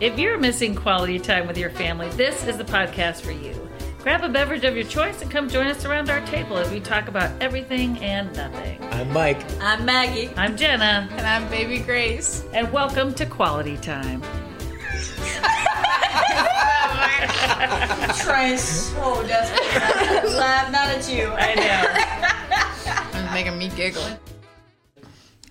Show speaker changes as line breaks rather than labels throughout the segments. If you're missing quality time with your family, this is the podcast for you. Grab a beverage of your choice and come join us around our table as we talk about everything and nothing.
I'm Mike.
I'm Maggie.
I'm Jenna,
And I'm Baby Grace.
and welcome to Quality Time.
Trying
Oh,
so desperately not to laugh, not at you.
I know.
It's making me giggle.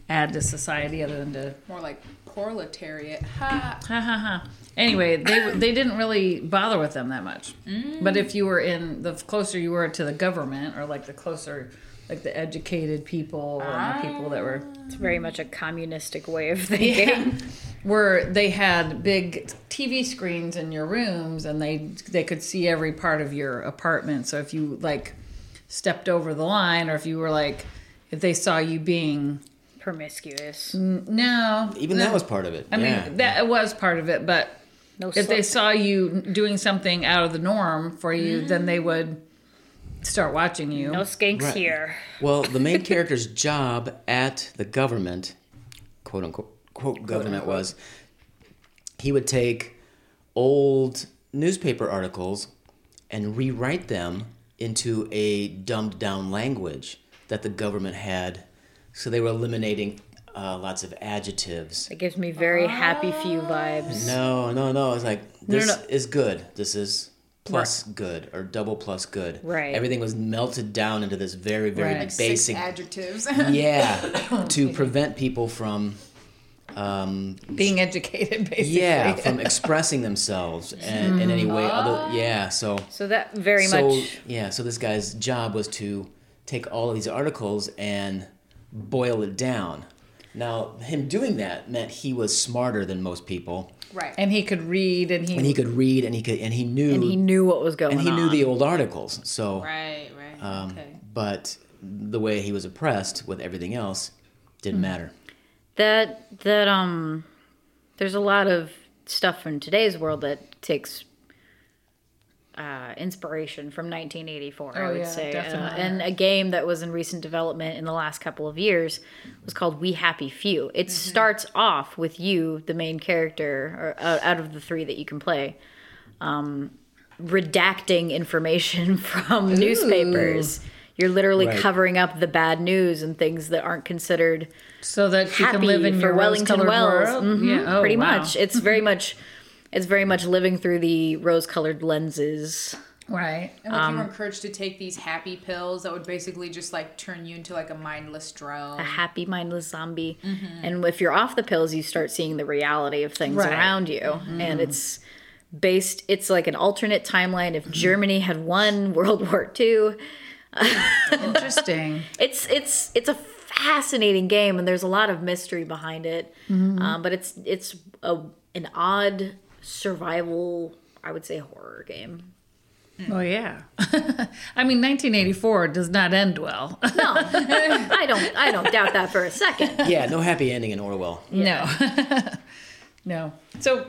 Add to society other than to
More like proletariat. Ha!
ha ha ha. Anyway, they they didn't really bother with them that much.
Mm.
But if you were in the closer you were to the government, or like the closer, like the educated people and
Ah.
the people that were
It's very much a communistic way of thinking.
where they had big TV screens in your rooms and they they could see every part of your apartment. So if you like stepped over the line, or if you were like if they saw you being
Promiscuous.
no,
Even that was part of it.
I mean, that was part of it, but
No
if they
slut.
saw you doing something out of the norm for you, then they would start watching you.
No skinks
Right.
here.
Well, the main character's job at the government, quote unquote, quote government was he would take old newspaper articles and rewrite them into a dumbed down language that the government had. So they were eliminating uh, lots of adjectives.
It gives me very happy few vibes.
No, no, no. It's like this
no.
is good. This is plus good or double plus good.
Right.
Everything was melted down into this very, very
Right. Like
basic.
Six adjectives.
yeah, to prevent people from, um,
Being educated, basically.
yeah, from expressing themselves and, in any way. Other, yeah. So,
So that very
so
much.
yeah. So this guy's job was to take all of these articles and boil it down. Now, him doing that meant he was smarter than most people.
right.
And he could read and he,
and he could read and he could and he knew
And he knew what was going on.
and he knew the old articles so
right, right. okay.
but the way he was oppressed with everything else
Mm-hmm.
didn't matter
that that um there's a lot of stuff in today's world that takes uh, inspiration from 1984 i
Oh,
would
yeah,
say Uh,
definitely.
and a game that was in recent development in the last couple of years was called we happy few it starts off with you the main character or, uh, out of the three that you can play um, redacting information from newspapers you're literally
Right.
covering up the bad news and things that aren't considered
so that you can
happy
live in
for
your
Wellington
rose-colored
Wells.
world.
Mhm,
Yeah. Oh,
pretty
wow.
much. It's very much it's very much living through the rose-colored lenses.
Right.
And like you were encouraged to take these happy pills that would basically just like turn you into like a mindless drone.
A happy mindless zombie. And if you're off the pills, you start seeing the reality of things
Mm-hmm. Right. Mm-hmm.
around you. And it's based it's like an alternate timeline
Mm-hmm.
if Germany had won World War II.
Interesting.
It's it's it's a fascinating game and there's a lot of mystery behind it.
Mm-hmm.
Um, but it's it's a, an odd survival I would say horror game.
Oh yeah. I mean, 1984 does not end well.
No, I don't. I don't doubt that for a second.
yeah no happy ending in orwell
No. no. So
All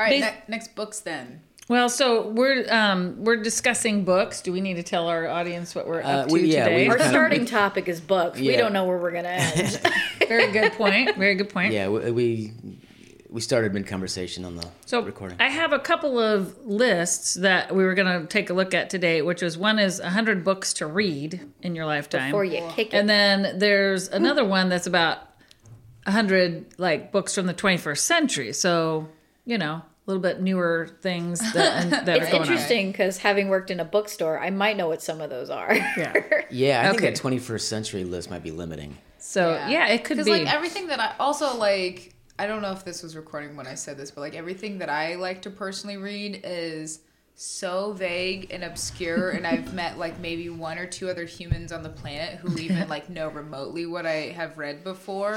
right,
Bas-
ne- next books then.
well, so we're um, we're discussing books. Do we need to tell our audience what we're up
Uh,
to
we- yeah,
today?
we-
Our starting topic is books. We don't know where we're gonna end.
Very good point. Very good point.
yeah we we, we started mid conversation on the
So
recording
I have a couple of lists that we were going to take a look at today, which was one is 100 books to read in your lifetime.
Before you kick it,
And then there's another one that's about 100 like books from the 21st century. So, you know, a little bit newer things that, that are
it's
going
interesting because having worked in a bookstore, I might know what some of those are.
on. Yeah.
yeah i
okay.
think that 21st century list might be limiting
So, yeah,
Yeah.
it could
Because
be.
like everything that I also like, I don't know if this was recording when I said this, but like everything that I like to personally read is so vague and obscure and I've met like maybe one or two other humans on the planet who even like know remotely what I have read before.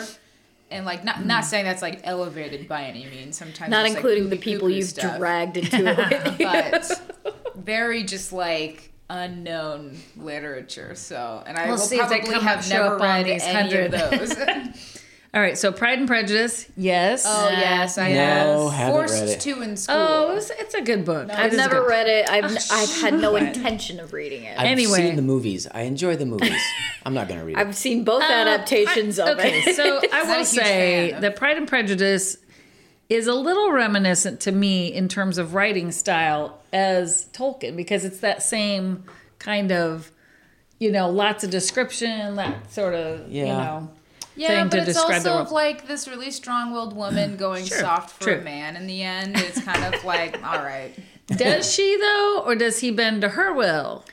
And like not not
Mm.
saying that's like elevated by any means. Sometimes
Not
it's, like,
including the
poopy
people
poo-poo
you've
stuff
dragged into it with you.
but very just like unknown literature. So, and I
We'll
will
see if they
probably
come up-
have
show
never
up on
read
these
any of
100.
those.
All right. So, Pride and Prejudice. Yes.
oh yes, I
No,
have
haven't
forced
read it.
to in school.
oh, it's, it's a good book. It
I've
is
never
good. Oh,
read it. I've n- I've had no intention of reading it.
i've
I've,
Anyway.
seen the movies i enjoy the movies i'm not gonna read it
seen both adaptations of
Uh, okay,
it.
so I
Not a
will
huge
say
fan of-
that Pride and Prejudice is a little reminiscent to me in terms of writing style as Tolkien because it's that same kind of, you know, lots of description, that sort of, you
Yeah.
know.
Yeah,
thing
but
to
it's
describe the
also
world.
like this really strong-willed woman going
Sure,
soft for
true.
a man. In the end, it's kind of like all right,
Does she though, or does he bend to her will?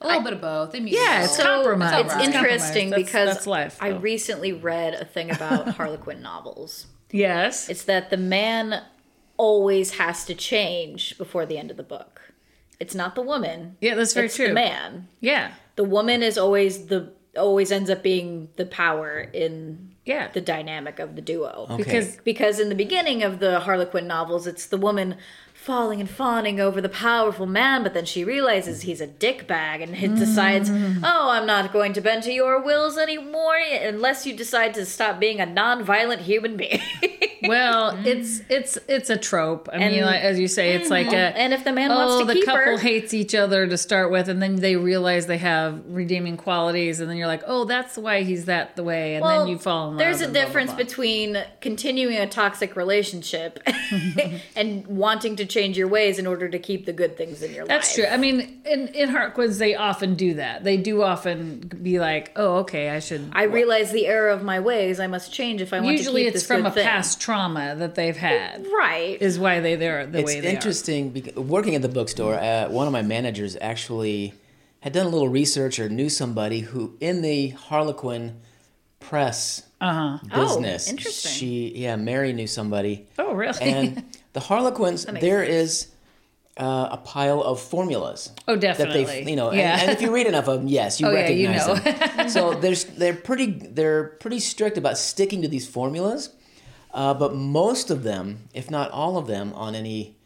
a little bit of both. They meet in the
Yeah,
middle.
it's compromise.
It's
Compromise.
interesting
That's-
because
that's life,
I
though.
recently read a thing about Harlequin novels.
Yes.
It's that the man always has to change before the end of the book. It's not the woman.
yeah, that's very
it's
true.
the man.
Yeah.
The woman is always the always ends up being the power in
Yeah.
the dynamic of the duo.
because
Because in the beginning of the Harlequin novels, it's the woman falling and fawning over the powerful man, but then she realizes he's a dickbag and he decides,
Mm.
oh, I'm not going to bend to your wills anymore unless you decide to stop being a non-violent human being.
well, it's it's it's a trope. I mean,
Mm. And- Mm-hmm.
like, as you say, it's like a
and if the man
oh,
wants to
the
keep
couple
her,
hates each other to start with, and then they realize they have redeeming qualities, and then you're like, oh, that's why he's that the way, and
well,
then you fall in love.
There's a
and blah, blah,
difference
blah.
between continuing a toxic relationship and wanting to change your ways in order to keep the good things in your life.
That's true. I mean, in in Hartquids, they often do that. They do often be like, oh, okay, I should.
I realize the error of my ways. I must change if I want
Usually,
to keep
it's
this
from
good
a
thing.
past trauma that they've had.
Right.
Is why they they're the
it's
way they are.
interesting bec working at the bookstore uh, one of my managers actually had done a little research or knew somebody who in the harlequin press
Uh-huh.
business
Oh, interesting.
she yeah mary knew somebody
Oh, really?
and the harlequins there is uh, a pile of formulas
oh,
that
definitely.
they you know
yeah.
and, and if you read enough of them yes you
Oh, yeah, you
recognize
know.
them so there's they're pretty they're pretty strict about sticking to these formulas uh, but most of them if not all of them on any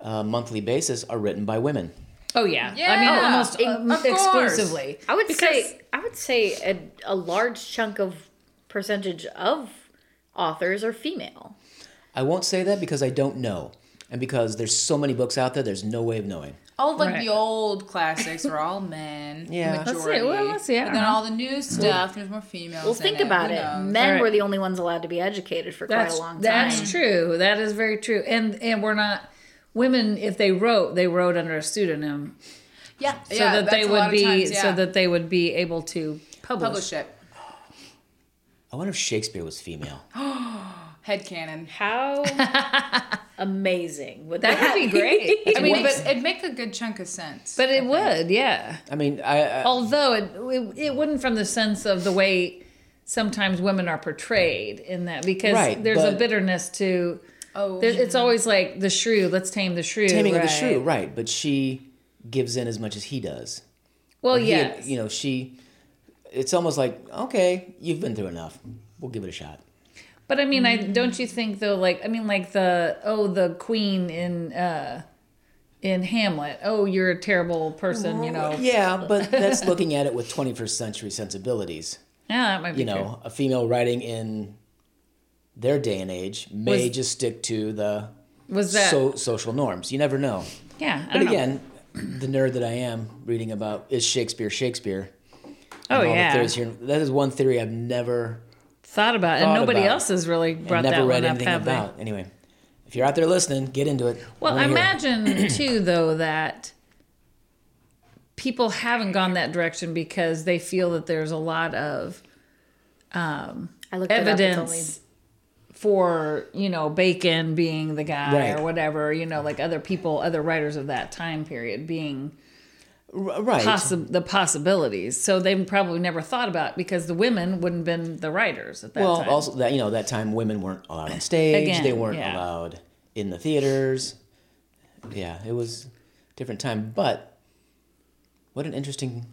uh, monthly basis are written by women
Oh yeah, I
Yeah.
mean almost
Of
um,
course.
exclusively.
I would
Because-
say I would say a, a large chunk of percentage of authors are female.
i won't say that because i don't know and because there's so many books out there there's no way of knowing
All like
Right.
the old classics were all men.
Yeah. Let's
see.
majority.
Well, let's see. I
And
don't
then
know.
all the new stuff, there's more females.
Well, think
in
about
Who
it.
knows?
Men
Right.
were the only ones allowed to be educated for quite a long time.
That's true. That is very true. And and we're not women if they wrote, they wrote under a pseudonym
Yeah,
so
yeah,
that they
that's a
would
lot of
be
times, yeah.
so that they would be able to publish.
publish it.
i wonder if shakespeare was female
Headcanon.
How amazing would that,
That would be great.
I
I
mean,
mean,
but it'd make a good chunk of sense.
but it would, yeah.
i mean i, I
Although it, it it wouldn't from the sense of the way sometimes women are portrayed in that because
Right,
there's a
but-
bitterness to
oh,
there, it's always like the shrew. Let's tame the shrew.
taming of the
right?
shrew right but she gives in as much as he does
Well,
He had-
yes.
you know she it's almost like okay you've been through enough we'll give it a shot
But I mean, I
Mm.
don't you think though? Like, I mean, like the oh, the queen in uh in Hamlet. Oh, you're a terrible person. You know.
Yeah, but that's looking at it with 21st century sensibilities.
Yeah, that might be
You know, a female writing in their day and age may
Was-
just stick to the
true. Was that?
so, social norms. You never know.
yeah. I
But
don't know.
again, the nerd that I am reading about is Shakespeare, Shakespeare.
oh
All the
yeah.
theories here. That is one theory I've never,
Thought about, it. and
Thought
nobody
about it.
else has really brought
never
that
read
one up,
anything
have they?
about. Anyway, if you're out there listening, get into it.
Well, I
wanna hear it.
imagine too, though, that people haven't gone that direction because they feel that there's a lot of
I looked It up, it's only
evidence for you know bacon being the guy
Right.
or whatever you know like other people other writers of that time period being
R- right.
possi- the possibilities so they've probably never thought about it because the women wouldn't have been the writers at that
Well,
time
also that you know that time women weren't allowed on stage. they
Again,
weren't
yeah.
allowed in the theaters. Yeah, it was a different time. But what an interesting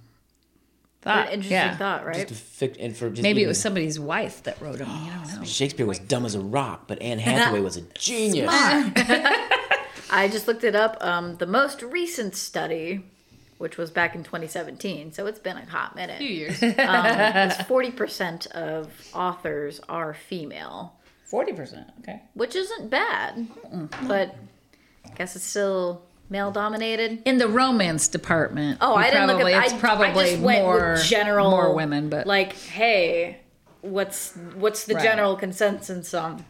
thought,
an interesting
yeah.
thought, right?
just a fic- and for just
maybe it
even-
was somebody's wife that wrote them you don't know
Shakespeare was dumb as a rock, but Anne Hathaway was a genius.
I just looked it up. Um, the most recent study, which was back in 2017, so it's been a hot minute. Um,
few years.
Forty percent of authors are female,
40% okay
which isn't bad, but I guess it's still male dominated.
in the romance department
Oh,
you
I didn't
probably,
look at.
it's
I,
probably
I just went
more
with general
more women but
like, hey, what's what's the
Right.
general consensus on?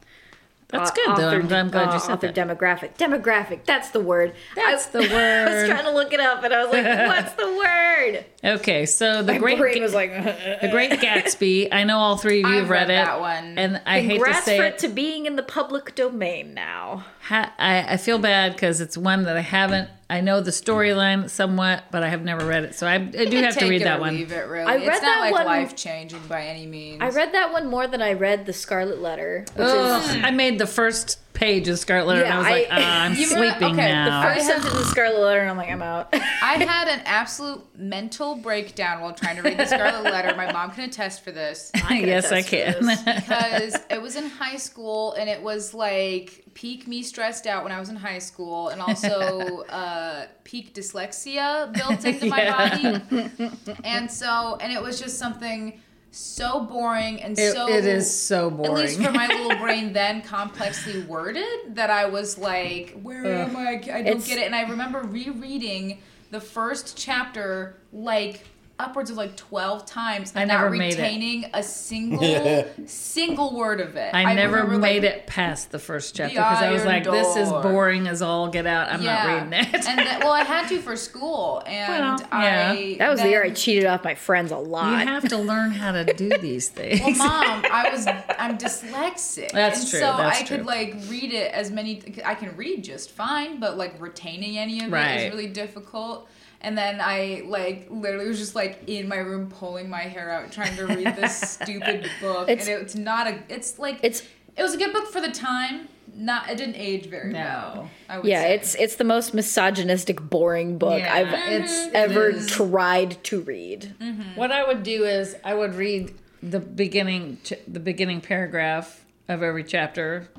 That's
au-
good, though. I'm glad- I'm glad you
uh,
said
author
that.
demographic. Demographic. That's the word.
That's
I-
the
I was
word.
trying to look it up, and I was like, "What's the word?"
Okay, so the
My
great
brain was like,
the Great Gatsby. I know all three of you
I've
have read,
read
it,
that one.
and I hate to
"Congrats
say
for
it,
it to being in the public domain now."
ha- I, I feel bad because it's one that I haven't. I know the storyline somewhat, but I have never read it, so I, I do have to
Take
read
it
that
or
one.
Leave it really.
I read
it's
that
not like
one-
life changing by any means.
I read that one more than I read the Scarlet Letter, which is
Ugh, I made the first page of Scarlet Letter, and
Yeah,
I was like,
I-
"Ah, I'm
You were-
sleeping
okay, the
now.
I
I have-
sent it the Scarlet Letter, and I'm like, I'm out.
I had an absolute mental breakdown while trying to read the Scarlet Letter. My mom can attest for this.
yes, I
attest to
can.
because it was in high school and it was like peak me stressed out when I was in high school and also uh, peak dyslexia built into my body. And so, and it was just something so boring and
It-
so.
it is so
At least for
boring.
my little brain, then complexly worded, that I was like, "Where am I? I don't
It's-
get it." And I remember rereading the first chapter like upwards of like twelve times, and
never
not
made it.
retaining a single single word of it.
I never
remember,
made
like,
it past the first chapter because I was
iron
like, "This is
door.
boring as all get out. I'm
yeah.
not reading it."
and that, well, I had to for school, and
Well, yeah.
I
That was the
then-
year I cheated off my friends a
you
lot.
have to learn how to do these things.
Well, mom, I was I'm dyslexic.
That's
and
true,
So
that's
I
true.
could like read it as many. I can read just fine, but like retaining any of it
Right.
is really difficult. And then I like literally was just like in my room pulling my hair out trying to read this stupid book,
It's-
and it's not a. It's like
It's-
It was a good book for the time. Not it didn't age very
No.
well. I would
yeah,
say.
it's it's the most misogynistic, boring book
Yeah,
I've
it's-
ever tried to read.
What I would do is I would read the beginning ch- the beginning paragraph of every chapter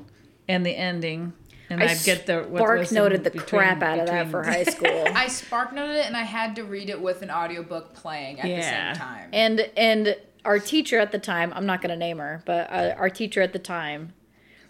and the ending, and
I
I would get the what
Bark
was in
noted the
between-
crap out of that
between-
for high school.
I spark noted it, and I had to read it with an audiobook playing at
Yeah.
the same time.
and and our teacher at the time i'm not going to name her but uh, our teacher at the time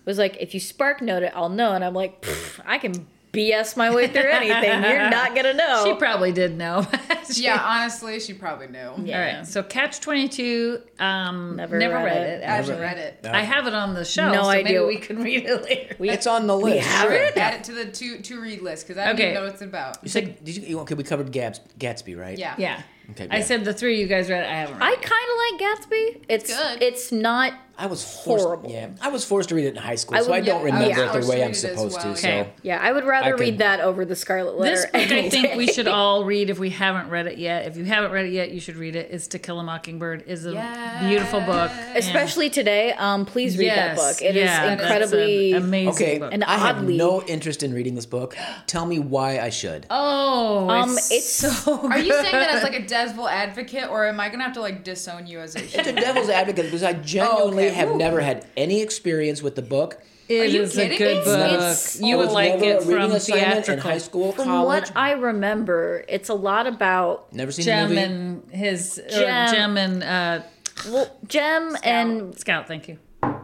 was like if you spark note it i'll know and i'm like "Pfft, i can bs my way through anything you're not going to know
She probably did know. She-
yeah, honestly, she probably knew.
All right. So Catch Twenty Two. Um, never,
Never
read,
read
it.
it.
I
actually.
haven't read it.
I have it on the shelf.
No
so Maybe
idea.
we can read it later.
It's on the list.
have
sure.
it?
Add it to the to to read list because I don't
Okay.
even know what it's about.
You said did you, you okay, we covered Gabs, Gatsby, right?
Yeah.
yeah.
Okay.
I
yeah.
said the three you guys read. it. I haven't. Read
i
it.
kind of like gatsby it's
good.
it's not
I was forced,
Horrible.
Yeah, I was forced to read it in high school,
I
so I
would-
don't
yeah, I was
remember it
forced
the
to
way
read
I'm
it as
supposed
well,
to.
yeah. Okay.
yeah i would rather
could-
read that over the scarlet letter
This book, I
any
think we
day.
should all read if we haven't read it yet. If you haven't read it yet, you should read it. It's To Kill a Mockingbird is a beautiful book,
especially today um please read that book It is incredibly
amazing.
So. Okay,
book.
And
I have
oddly-
no interest in reading this book. Tell me why I should.
oh,
Um,
it's,
it's-
so.
Are you saying that as like a devil advocate, or am I gonna have to like disown you as a?
It's a devil's advocate because I genuinely
okay.
have
Woo.
never had any experience with the book.
It
you
is a
kidding
good
me?
book.
It's-
you
I
would
was
like
never
it
a reading
from
assignment in
theatrical.
high school,
from
college.
what i remember it's a lot about
never seen the
Gem
movie.
and his or
Gem.
Gem and uh,
well, Jem and
Scout. Thank you.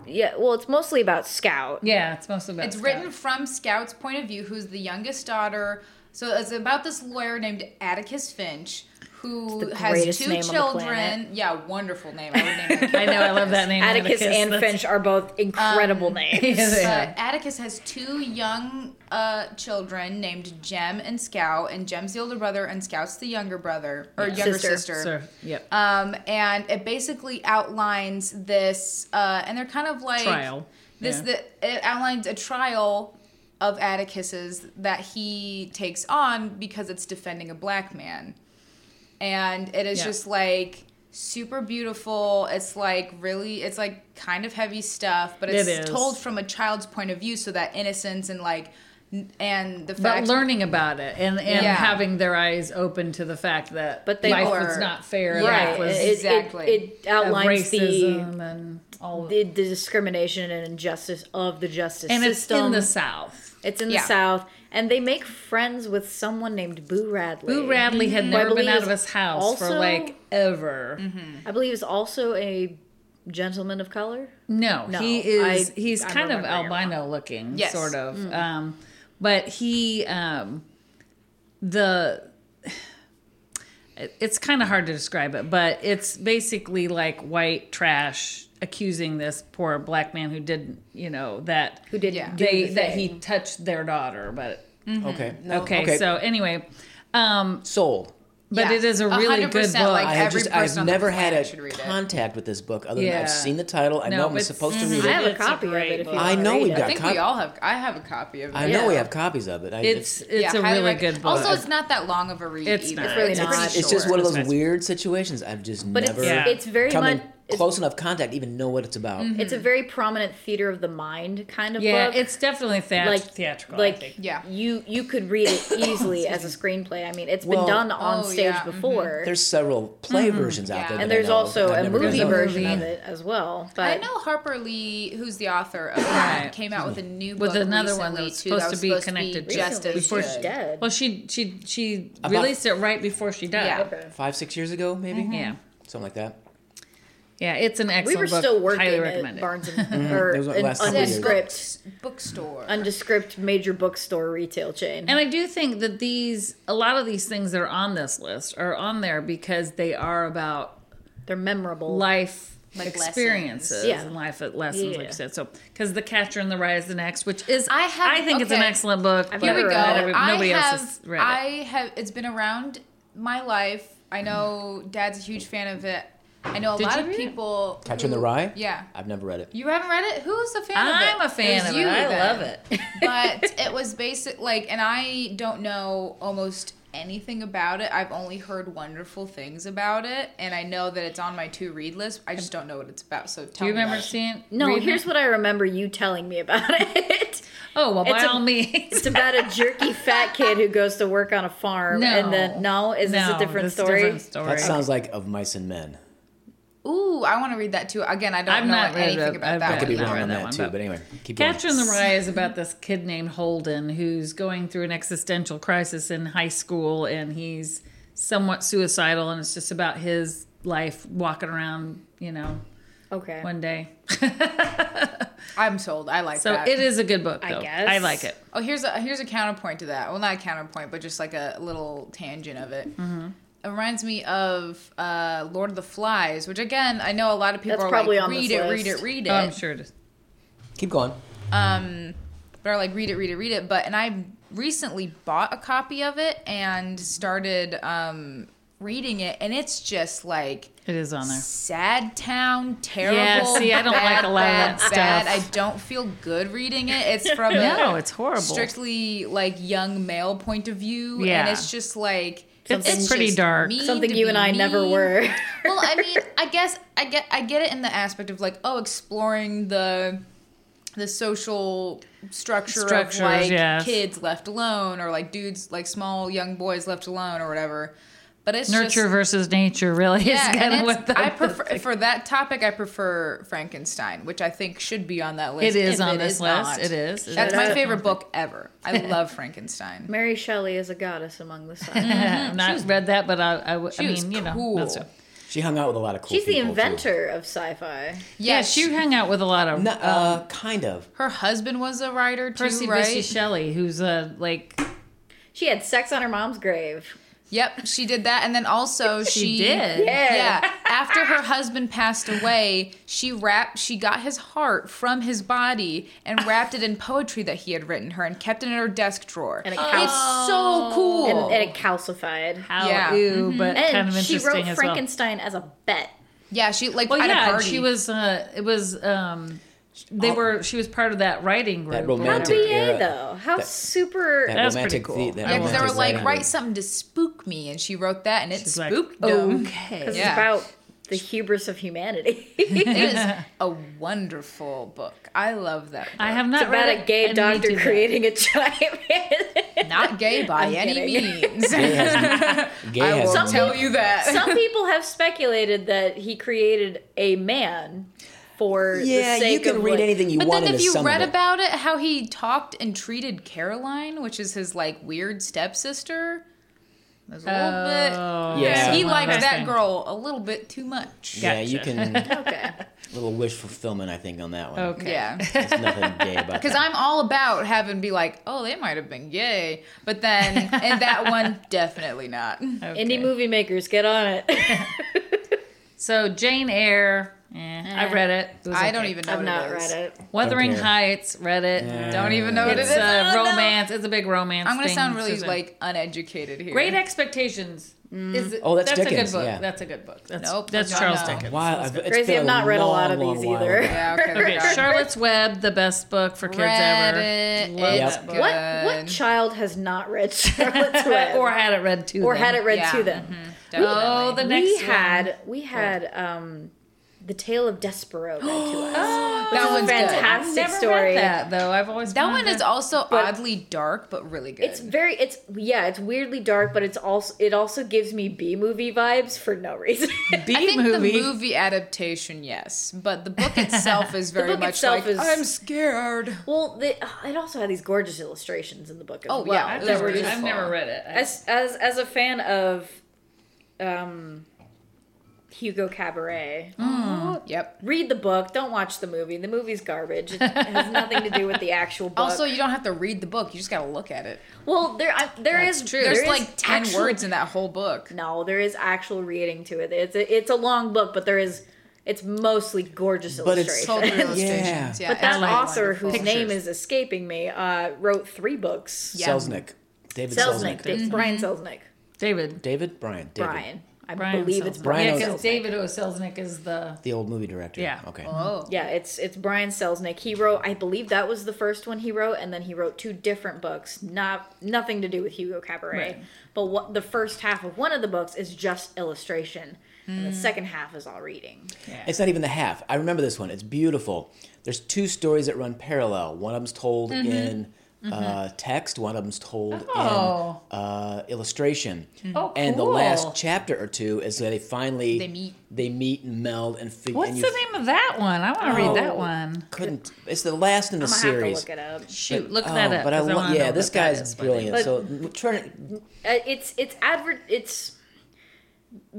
Yeah, well, it's mostly about Scout.
Yeah, it's mostly about.
It's
Scout.
written from Scout's point of view, who's the youngest daughter. So it's about this lawyer named Atticus Finch, who
It's the
has
greatest
two
name on the
children.
planet.
yeah, wonderful name. I would name my
I know. I love that name.
Atticus, and
That's-
Finch are both incredible names.
Yeah, they
But
are.
Atticus has two young uh, children named Jem and Scout, and Jem's the older brother, and Scout's the younger brother or younger
Sister.
sister.
Sir, yep.
Uh,
Um, and it basically outlines this, uh, and they're kind of like
Trial,
This
yeah.
the, it outlines a trial of Atticus's that he takes on because it's defending a black man, and it is
Yeah.
just like super beautiful. It's like really, it's like kind of heavy stuff, but it's
It is.
told from a child's point of view, so that innocence and like n- and the
but
fact
learning about it and, and
Yeah.
having their eyes open to the fact that
But they
life
were-
was not fair.
Right.
Life was
It- it-
exactly.
It,
of
outlines the,
racism and all.
the the discrimination and injustice of the justice
and it's
system.
in the South.
It's in the
Yeah.
South, and they make friends with someone named Boo Radley.
Boo Radley had
I
never been
believe
out of
is
his house for
also-
like ever.
I believe, is also a gentleman of color.
No,
No,
he is.
I-
he's
I'm
kind of
remembering it
albino looking,
Yes.
sort of. Um, but he, um, the it- it's kind of hard to describe it, but it's basically like white trash accusing this poor black man who didn't, you know, that
Who did
Yeah.
do
they
the
that
thing.
he touched their daughter, but
Okay.
okay,
Oh, Okay.
So anyway, um
Sold.
but
Yeah.
it is a really good book.
100% like
I have
Every
just I've
person on the
never had
planet
a
should read it.
contact with this book other than
Yeah.
I've seen the title. I
No,
know I'm
it's-
supposed to
Mhm.
read
I
it.
have a
It's a
copy of
great
it. If you
book.
wanna
I know
read
we've
it.
got
I think
cop-
we all have. I have a copy of it.
I
Yeah.
know we have copies of it. I,
It's
Yeah,
it's a
highly
really
rec-
good book.
Also, it's not that long of a read.
It's
either.
not. It's
really not.
pretty
it's just
short.
one of those
Nice.
weird situations I've just
But
never
it's
Yeah.
it's very
come
much
in
it's, Mm-hmm.
close enough contact to even know what it's about.
it's a very prominent theater of the mind kind of
yeah,
book.
it's definitely theat-
like
theatrical. I
Like
think.
Yeah.
you you could read it easily as a screenplay. I mean, it's
Well-
been done on
Oh,
stage
yeah, mhm.
before,
There's several play versions out
Yeah.
there,
And
and
that I
there's
know of,
also
but I've
a
never read
movie
them.
version
movie.
of it as well.
I
But
know Harper Lee, who's the author of that,
Right.
came out with a new book
With another one that
recently,
was
too, that
supposed to
was
be
supposed
connected to
to
it.
be just as
before
Before
she's
good.
dead.
Well, she she she
About-
released it right before she died.
Yeah.
Okay.
Five, six years ago, maybe.
Yeah.
Something like that.
Yeah, it's an excellent
we were
book.
still
Highly
working
recommend
at
it.
Barnes and or
It was
an
last couple years.
undescript
bookstore.
undescript major bookstore retail chain.
And I do think that these a lot of these things that are on this list are on there because they are about
They're memorable.
life
Like
experiences
lessons. Yeah.
and life lessons, like
Yeah.
you said. So, because The Catcher in the Rye is the next, which is
I have-
I think it's an
okay.
excellent book. but
Here
Here we go.
not every-
I
nobody
have,
else has read
I
it.
have. It's been around my life. I know Dad's a huge fan of it. I know a
Did
lot
you
of
read it?
people.
Catcher in the
who-
Rye.
Yeah.
I've never read it.
You haven't read it? Who's a fan of it?
I'm a
was
fan of it.
you
I
then.
love it.
but it was basic like and i don't know almost anything about it i've only heard wonderful things about it and i know that it's on my to read list i just don't know what it's about so
Do
tell
you
me
remember
about it.
seeing?
Oh no,
reading
here's
it?
what I remember you telling me about it.
Oh well, by
It's a-
all means.
It's about a jerky fat kid who goes to work on a farm and then no, is this
No,
a different
this is
story?
different story.
That sounds like Of Mice and Men.
ooh i want to read that too again i don't
I've
know
not read
anything
it.
about
I've
that
I could
read
be
I've not
one.
read
wrong on
that
that,
one,
too,
but-
but anyway, keep going.
Catcher in the Rye is about this kid named Holden who's going through an existential crisis in high school and he's somewhat suicidal and it's just about his life walking around, you know,
Okay.
one day.
i'm sold i like
So
that
it is a good book
I
though. I,
guess.
like it.
oh here's a here's a counterpoint to that well not a counterpoint but just like a little tangent of it
Mm-hmm.
It reminds me of uh, Lord of the Flies, which again I know a lot of people
That's
are
probably
like,
on this
read it, read it,
list.
read it.
Oh, I'm sure it is.
Keep going.
um but are like read it read it read it but and i recently bought a copy of it and started um reading it and it's just like
It is on there.
sad town terrible
Yeah, see, I don't like
bad,
a lot of
bad,
that
bad.
stuff.
i don't feel good reading it it's from
No,
a
it's horrible.
strictly like young male point of view and
Yeah.
it's just like
Something
it's
pretty
just
dark.
mean
Something
to
you
be
and I never
mean.
were.
well i mean i guess i get i get it in the aspect of like oh exploring the the social structure
Structures,
of like
yes.
kids left alone or like dudes like small young boys left alone or whatever but it's
Nurture
just,
versus nature really
yeah,
is
and
kind of
it's-
what the,
I prefer for that topic. I prefer Frankenstein, which I think should be on that
it
list.
is
if
on this list.
not.
It is. It
That's
is.
my favorite book ever. I love Frankenstein.
Mary Shelley is a goddess among the
Mm-hmm.
sun.
I've not read that, but I, I, would- I
mm-hmm. she was
mean, you know,
cool.
that's-
She hung out with a lot of cool
She's the
people. too.
inventor of sci-fi.
yeah, she hung out with a lot of um,
No, uh, kind of.
her husband was a writer too,
Percy
right?
Bysshe Shelley, who's a like
She had sex on her mom's grave.
Yep, she did that, and then also
She
she,
did?
Yeah.
Yeah.
after her husband passed away, she wrapped. She got his heart from his body and wrapped it in poetry that he had written her and kept it in her desk drawer.
And it
it's
Oh.
so cool.
And, and it calcified.
Ow,
Yeah. Mm-hmm.
ew, but
And
kind of
she
interesting
wrote
as well.
Frankenstein as a bet.
yeah, she like
Well,
at a
Oh, yeah,
party.
she was. Uh, it was. Um, they
Oh.
were. She was part of that writing group.
That
or
How
romantic-
whatever.
BA
era.
though? How
That-
super
That
That was
romantic
pretty cool.
the- that
Yeah, 'cause they were
romantic
like,
lighting.
write something to spook me, and she wrote that, and it
She's like,
spooked them.
Okay.
This
Yeah.
is about the hubris of humanity.
It is a wonderful book. I love that.
I
book.
have not
It's about
read
a gay
it. I need
doctor
to
creating a giant man.
not gay by
I'm
any
kidding.
means.
Gay has, gay
I will
has
Some
tell you that.
Some people have speculated that he created a man for
Yeah,
the
you
sake
can
of
read
what-
anything you
But
want
then, if
into
you
some
read
of it.
about it, how he talked and treated Caroline, which is his like weird stepsister, was a little bit.
Oh,
Yeah.
He
Someone
liked that
interesting.
girl a little bit too much.
yeah, you
Gotcha.
can.
Okay.
little wish fulfillment, I think, on that one.
Okay.
Yeah.
There's nothing gay about
Because
that.
I'm all about having be like, oh, they might have been gay, but then in that one, definitely not.
Okay.
Indie movie makers, get on it.
So Jane Eyre, eh, I read it. It was
I
okay.
don't even know.
I've
what
not
it is.
read it.
Wuthering
Don't care.
Heights, read it.
Yeah.
Don't even know what
It's
it is.
a
I don't know.
romance. It's a big romance.
I'm gonna
thing,
sound really
Susan.
like uneducated here.
Great Expectations. Is
Oh, that's
a
Dickens,
good book.
yeah.
That's a good book. That's,
Nope,
that's
no,
Charles
no.
Dickens.
Wow, I've, it's
Crazy,
been
I've not read a
long,
lot of
long
these
while
either.
ago.
Yeah. Okay.
Okay,
there we go.
Charlotte's Web, the best book for kids
Read
ever.
it.
Love
It's
that book.
good.
What what child has not read Charlotte's Web
or had it read to
or
them.
had it read
Yeah,
to them?
Oh, the next
we
one.
had we had um, the Tale of Despero read to us.
that one's good.
fantastic
I've never
story.
read that though. I've always
That
wanted
one is
to-
also oddly dark, but really good.
It's very it's yeah it's weirdly dark, but it's also it also gives me B movie vibes for no reason.
B
I think
movie.
the movie adaptation, yes, but the book itself is very
book
much
itself
like
is-
I'm scared.
well, they, it also had these gorgeous illustrations in the book as
Oh,
well.
yeah.
I've
Those
never,
were
I've
beautiful.
never read it. I-
as as as a fan of um Hugo Cabaret.
Yep.
Read the book, don't watch the movie. The movie's garbage. It has nothing to do with the actual book.
Also, you don't have to read the book; you just gotta look at it.
well, there I, there is
True.
there
There's
is
like ten
actual-
words in that whole book.
No, there is actual reading to it. It's a, it's a long book, but there is it's mostly gorgeous
But it's
illustrations.
Totally
Yeah.
illustrations. Yeah.
but that
it's
like
author
wonderful.
whose name is escaping me uh, wrote three books.
Yeah.
Selznick. David
Selznick,
Selznick.
David- Brian Selznick,
David.
David? Brian. David.
Brian. I
Brian
believe it's
Selznick.
Brian.
Yeah,
O.
because
Selznick.
David O. Selznick is the
The old movie director.
Yeah.
Okay.
Oh,
Yeah, it's it's Brian Selznick. He wrote, I believe that was the first one he wrote, and then he wrote two different books, not nothing to do with Hugo Cabaret.
Right.
But what the first half of one of the books is just illustration, and the second half is all reading.
It's not even the half. I remember this one. It's beautiful. There's two stories that run parallel. One of them's told
Mm-hmm.
in uh, text. One of them's told
Oh.
in uh, illustration.
Mm-hmm.
Oh,
And the
cool.
last chapter or two is that they finally
They meet.
They meet and meld and figure.
What's
and
the name of that one? I want to
Oh.
read that one.
Couldn't. It's the last in the
I'm gonna
series.
have to look it up.
Shoot,
But-
look
oh,
that up.
But I,
'cause
lo-
wanna know
yeah,
what
this
that
guy's
is.
brilliant.
But-
so we're trying to,
Uh, it's it's advert it's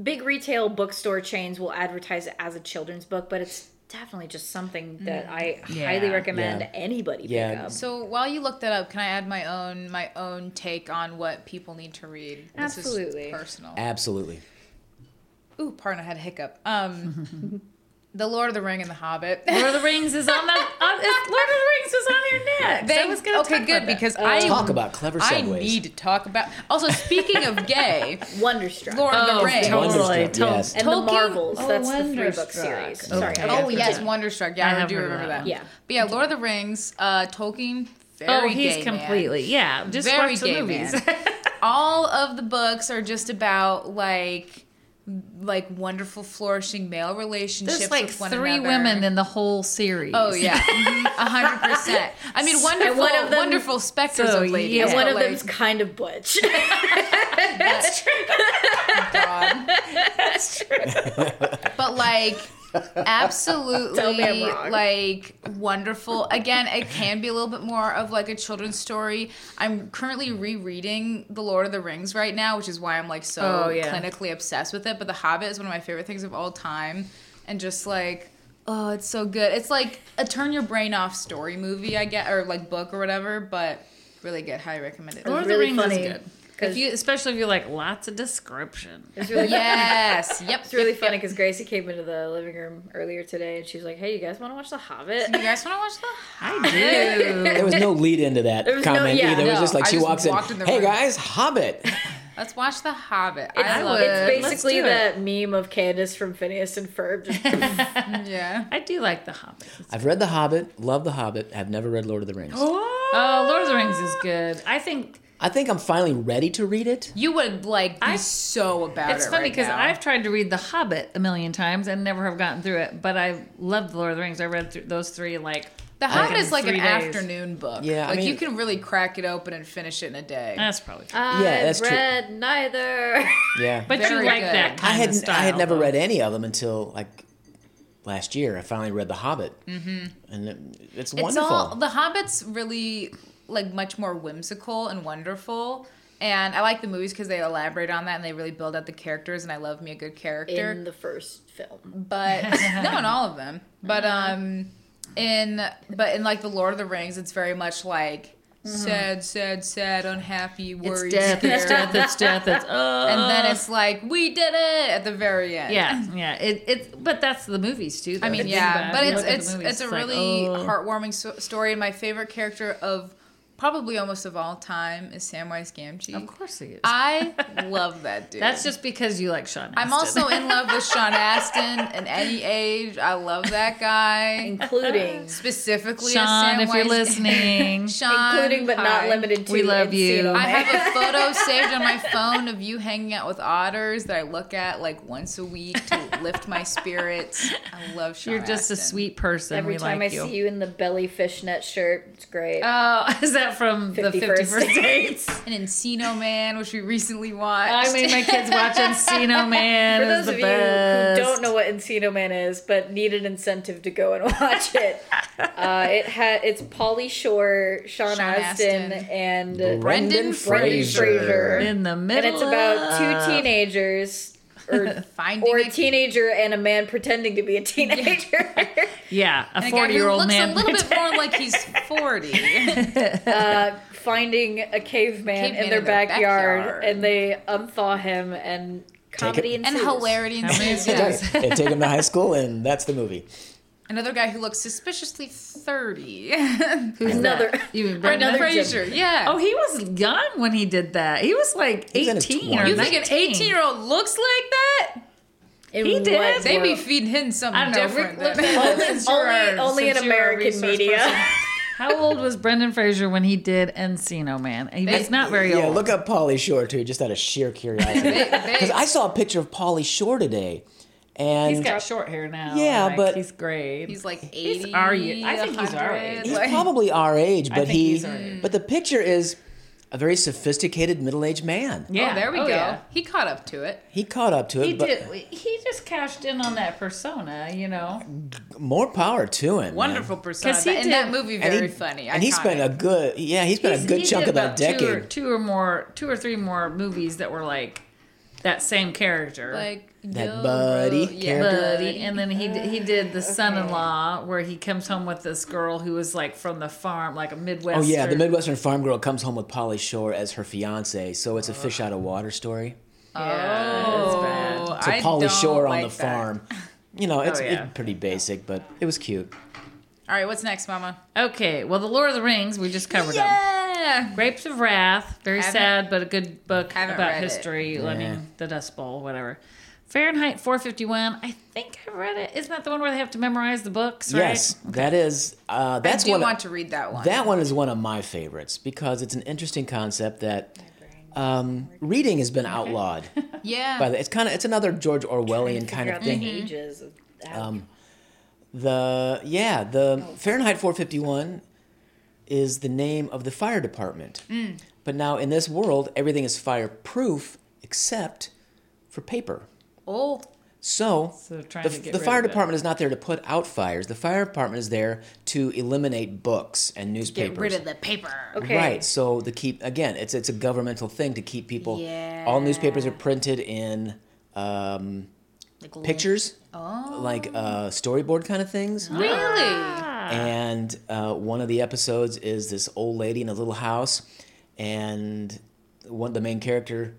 big retail bookstore chains will advertise it as a children's book, but it's definitely just something that I highly
Yeah.
recommend
Mm. Yeah.
anybody
Yeah.
pick up.
So while you look that up, can I add my own my own take on what people need to read? This is
Absolutely.
personal.
absolutely.
Ooh, pardon, I had a hiccup. Um, The Lord of the Ring and The Hobbit.
Lord of the Rings is on the on, it's- Lord of the Rings is on here next. I
Thank-
was gonna
okay,
talk
good
about that.
because I
Oh. Talk about clever
I
segues.
need to talk about. Also, speaking of gay,
Wonderstruck.
Lord of
Oh,
the Rings.
totally,
Wonderstruck,
totally.
yes.
and
Tolkien-
the Marvels.
Oh,
That's the three book
Wonderstruck.
series.
Okay.
Sorry. I
Oh
got
yes,
confused.
Wonderstruck. Yeah,
I
I,
have
do
heard of
remember
that
that.
one.
Yeah.
but yeah, Lord of the Rings. Uh, Tolkien. Very
oh, he's
gay, man.
completely yeah. Just
Very
watch the
gay
movies.
man. All of the books are just about like like wonderful flourishing male relationships.
There's like
with one
three
another.
women in the whole series.
Oh yeah, Mhm, a hundred percent. I mean, wonderful,
one of them-
wonderful specters
So,
of ladies.
yeah,
And one
but,
of
like,
them's kind of butch.
God. That's true. But like
Tell me I'm
absolutely
wrong.
like wonderful. Again, it can be a little bit more of like a children's story. I'm currently rereading The Lord of the Rings right now, which is why I'm like so
Oh, yeah.
clinically obsessed with it, but The Hobbit is one of my favorite things of all time and just like oh, it's so good. It's like a turn your brain off story movie, I get or like book or whatever, but really good. Highly recommend it.
Lord of
really
the Rings
funny,
is good.
'cause-
If you, especially if you like lots of description.
It's really
Yes. Yep.
It's really funny because Gracie came into the living room earlier today and she's like, "Hey, you guys want to watch The Hobbit?"
You guys want to watch the
I do.
There was no lead into that
There was no-
comment
yeah,
either. It was
no,
just like
I
she
just
walks in.
walked in the
hey
room."
guys, Hobbit.
Let's watch The Hobbit.
It's,
I love
it's
it.
Let's
basically
do it.
that meme of Candace from Phineas and Ferb. Just,
yeah.
I do like The Hobbit.
I've read The Hobbit, love The Hobbit, have never read Lord of the Rings.
Oh, Lord of the Rings is good. I think
I think I'm finally ready to read it.
You would like be
I-
so about
it's
it.
funny
because
because I've tried to read The Hobbit a million times and never have gotten through it. But I love The Lord of the Rings. I read through those three like eh,
The Hobbit
in
is like an
three days.
afternoon book.
Yeah, I
Like you
mean-
can really crack it open and finish it in a day.
that's probably. True.
I've
that's true.
read neither.
Yeah.
But you
very
like
good.
that
I
kind
had
of style.
I had never
though.
read any of them until like last year. I finally read The Hobbit. Mm-hmm. And it- it's
it's
wonderful.
all The Hobbit's really like much more whimsical and wonderful. And I like the movies because they elaborate on that and they really build out the characters. And I love me a good character.
in the first film.
but no, in all of them. But um, in but in like the Lord of the Rings, it's very much like sad, sad, sad, unhappy, worried,
Mm-hmm. it's
scared.
death, it's death, it's oh.
and then it's like we did it at the very end.
yeah, yeah. It, it's but that's the movies too. Though.
I mean,
Think
yeah,
about it. You look at
but it's
the
it's
movies,
it's a
like,
really
oh.
heartwarming so- story. And my favorite character of probably almost of all time is Samwise Gamgee.
Of course it is.
I love that dude.
that's just because you like Sean.
I'm
Astin.
also in love with Sean Astin at any age. I love that guy.
Including
Specifically, as
Sean. If you're
Samwise-
listening,
Sean,
including but not
hi.
limited to
We love you.
Encino
I
Man.
have a photo saved on my phone of you hanging out with otters that I look at like once a week to lift my spirits. I love Sean.
you're just a
Astin.
sweet person.
Every
we
time
like
I
you.
see you in the belly fishnet shirt, it's great.
Oh, is that from the
51st
51st Dates?
an Encino Man, which we recently watched.
I made my kids watch Encino Man.
For
It was
those
the
of
best.
you who don't know what Encino Man is, but need an incentive to go and watch it, uh, it had it's Polly Shore, Sean,
Sean
Astin,
Astin.
and
Brendan
Fraser.
in the middle,
and it's about two
of-
teenagers. Or,
Finding
or a
a-
teenager and a man pretending to be a teenager.
Yeah, a
a guy who
forty-year-old
looks
man.
a little bit more like he's forty.
uh, finding a caveman,
Caveman
in their
in their
backyard,
backyard.
and they unthaw him and comedy
and hilarity and
How many
ensues,
of
yes.
and take him to high school, and that's the movie.
Another guy who looks suspiciously thirty.
Who's
Another-
that? You mean Brendan?
Brendan
Another Jim.
Fraser, yeah.
Oh, he was young when he did that. He was like
was in his
eighteen or
20s.
you think an
19.
eighteen-year-old looks like that?
He did.
They be feeding him something
I don't know.
different.
Rick-
than-
Since you're
only,
a-
only in
since you're a
American
resource person.
media.
How old was Brendan Fraser when he did Encino Man? He was not very
yeah,
old.
look up Polly Shore too, just out of sheer curiosity. Because I saw a picture of Polly Shore today, and
he's
he's,
got short hair now.
Yeah,
like,
but-
he's great.
He's like eighty.
our age. I think he's our
100,
age.
like-
probably our age, but
think
he.
he's our age.
But the picture is a very sophisticated middle-aged man.
yeah,
Oh, there we
Oh,
go.
yeah.
He caught up to it.
He caught up to it,
He
but
did. He just cashed in on that persona, you know.
more power to him. man.
Wonderful persona.
'Cause he
and
did-
that movie
And
very
he,
funny.
And he spent
iconic.
a good yeah, he spent a
He's-
good
he
chunk
did
of a
about two or-
decade.
two or more, two or three more movies that were like that same character.
like
That
yo,
buddy
bro.
character.
Buddy. And then he d- he did the son-in-law, where he comes home with this girl who was like from the farm, like a
Oh
Midwest.
yeah, the Midwestern farm girl comes home with Polly Shore as her fiance, so it's a fish out of water story.
Yeah, it's bad.
Oh,
So
I
Polly
don't
Shore on
like
the
that.
farm. You know, it's,
Oh, yeah.
it's pretty basic, but it was cute.
All right, what's next, Mama?
Okay, well, The Lord of the Rings, we just covered them.
Yeah.
Grapes of Wrath, very
Haven't-
sad, but a good book
haven't
about
read it.
history. I
Yeah.
mean, the Dust Bowl, whatever. Fahrenheit 451. I think I read it. Isn't that the one where they have to memorize the books? Right?
Yes, that is uh,
I
that's
do
one.
want to read that one.
That one is one of my favorites because it's an interesting concept that um, reading has been outlawed.
yeah.
By the, it's kind of it's another George Orwellian kind of thing. Um,
ages.
The yeah,
Oh,
the Fahrenheit 451 is the name of the fire department.
Mm.
But now in this world, everything is fireproof except for paper.
oh,
So,
So they're trying
the,
to get
the
rid
fire
of it.
department is not there to put out fires. The fire department is there to eliminate books and
get
newspapers.
rid of the paper.
Okay.
Right. So the keep again, it's it's a governmental thing to keep people. All newspapers are printed in um, pictures, like uh, storyboard kind of things.
Really?
And uh, one of the episodes is this old lady in a little house, and one the main character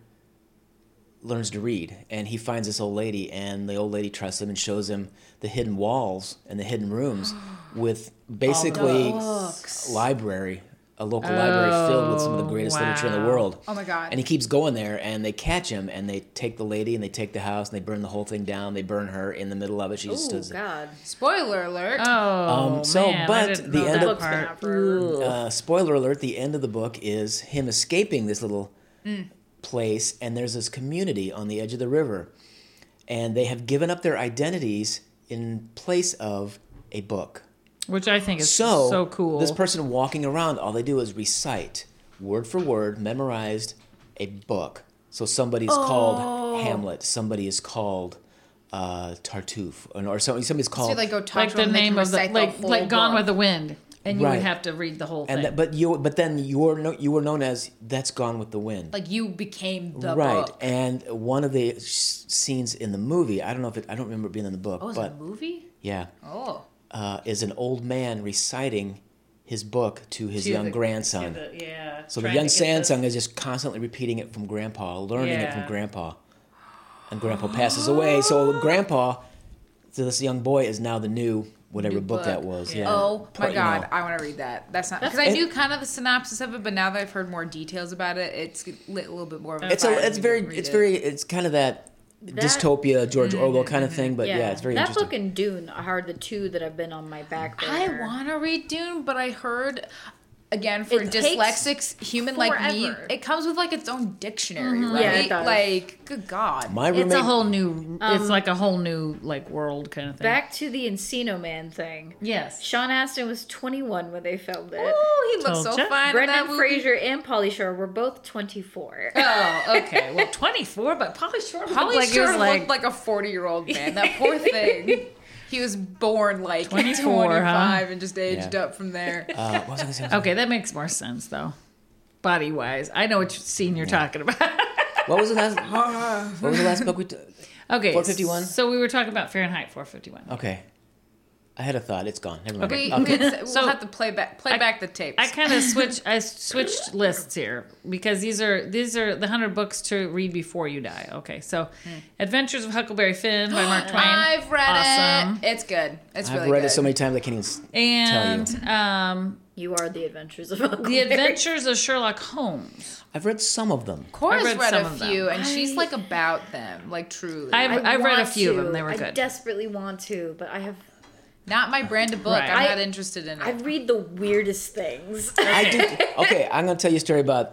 learns to read, and he finds this old lady, and the old lady trusts him and shows him the hidden walls and the hidden rooms with basically a library, a local library filled with some of the greatest literature in the
wow.
world.
Oh my God.
And he keeps going there, and they catch him, and they take the lady, and they take the house, and they burn the whole thing down. They burn her in the middle of it. She just
Oh
stood there.
God.
Spoiler alert.
Oh,
Um, so,
man, I
but
didn't
the
know
end
that
of-
Book's been
part.
out forever.
uh, spoiler alert, the end of the book is him escaping this little place, and there's this community on the edge of the river, and they have given up their identities in place of a book.
which I think is
So,
so, cool.
This person walking around, all they do is recite word for word, memorized a book. So somebody's called Hamlet, somebody is called uh, Tartuffe, or or somebody, somebody's
so
called
like go talk
Oh, like
to
the
them, they can
name of the
recite
like
whole
like Gone
book.
with the Wind. and you
Right.
would have to read the whole thing.
and that, but you but then you were no, you were known as that's Gone with the Wind.
Like you became the
right,
book.
and one of the s- scenes in the movie, I don't know if it, I don't remember it being in the book,
Oh, is it
but
a movie?
yeah,
Oh.
uh, is an old man reciting his book to his
To
young
the-
grandson.
to the- yeah.
so the
trying
young
to get this-
Sansung is just constantly repeating it from grandpa, learning it from
Yeah.
grandpa, and grandpa passes away. So grandpa, so this young boy is now the new whatever
New
book, that
book.
was.
Yeah.
Yeah.
Oh my
But, you
god,
know,
I want to read that. That's not because I
It-
knew kind of the synopsis of it, but now that I've heard more details about it, it's lit a little bit more of a.
it's a,
fire
it's
when you
very,
read
it's
it.
very, it's kind of that, dystopia George Orwell kind of thing. But yeah,
Yeah,
it's very
that
interesting.
book and Dune are the two that have been on my back.
I
burner.
want to read Dune, but I heard again for
It takes
dyslexics, human like me,
forever.
it comes with like its own dictionary, right?
Yeah, it does.
Like, good god.
My
It's
roommate,
a whole new.
Um,
it's like a whole new like world kind of thing.
Back to the Encino Man thing.
yes.
Sean Astin was 21 when they filmed it.
Ooh, he looks
Told
so
ya.
fine. in that
Brendan
movie.
Fraser and Polly Shore were both 24.
Oh, okay. Well, 24, but Polly Shore looked
Probably
like
sure
he was like,
looked like a forty-year-old man. That poor thing. He was born like
24, huh?
twenty-five and just aged
Yeah.
up from there.
uh, what was I gonna say?
Okay, that makes more sense though. Body wise, I know what scene you're talking about.
What was the last? what was the last book we? T-
Okay,
451?
So we were talking about Fahrenheit 451.
okay, I had a thought. It's gone. Never mind.
Okay.
We,
Okay.
it's-
So-
we'll have to play back play
I-
back the tapes.
I kind of switch. I switched lists here because these are these are the hundred books to read before you die. Okay, so Adventures of Huckleberry Finn by Mark Twain.
I've read
Awesome.
it. It's good. It's
I've
really
read
good.
it so many times I can't even. s-
And um,
You are the adventures of Uncle
the Adventures of Sherlock Holmes.
I've read some of them.
Cora's
I've
read,
read
a
some of them.
few, and she's
I-
like about them, like truly.
I've,
Berry.
I have read a
want
few of
to.
them. They were
I
good.
desperately want to, but I have.
not my brand of book.
Right.
I'm
I-
not interested in it.
I read the weirdest things.
Mm.
I do. Okay, I'm gonna tell you a story about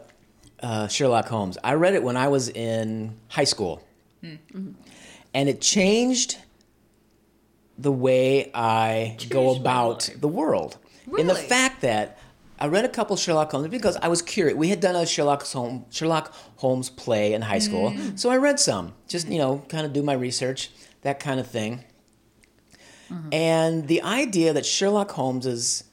uh, Sherlock Holmes. I read it when I was in high school, and it changed the way I go
Changed my
about the world. In the
Really?
fact that I read a couple Sherlock Holmes because I was curious. We had done a Sherlock Holmes Sherlock Holmes play in high school, so I read some. Just you know, kind of do my research, that kind of thing. And the idea that Sherlock Holmes is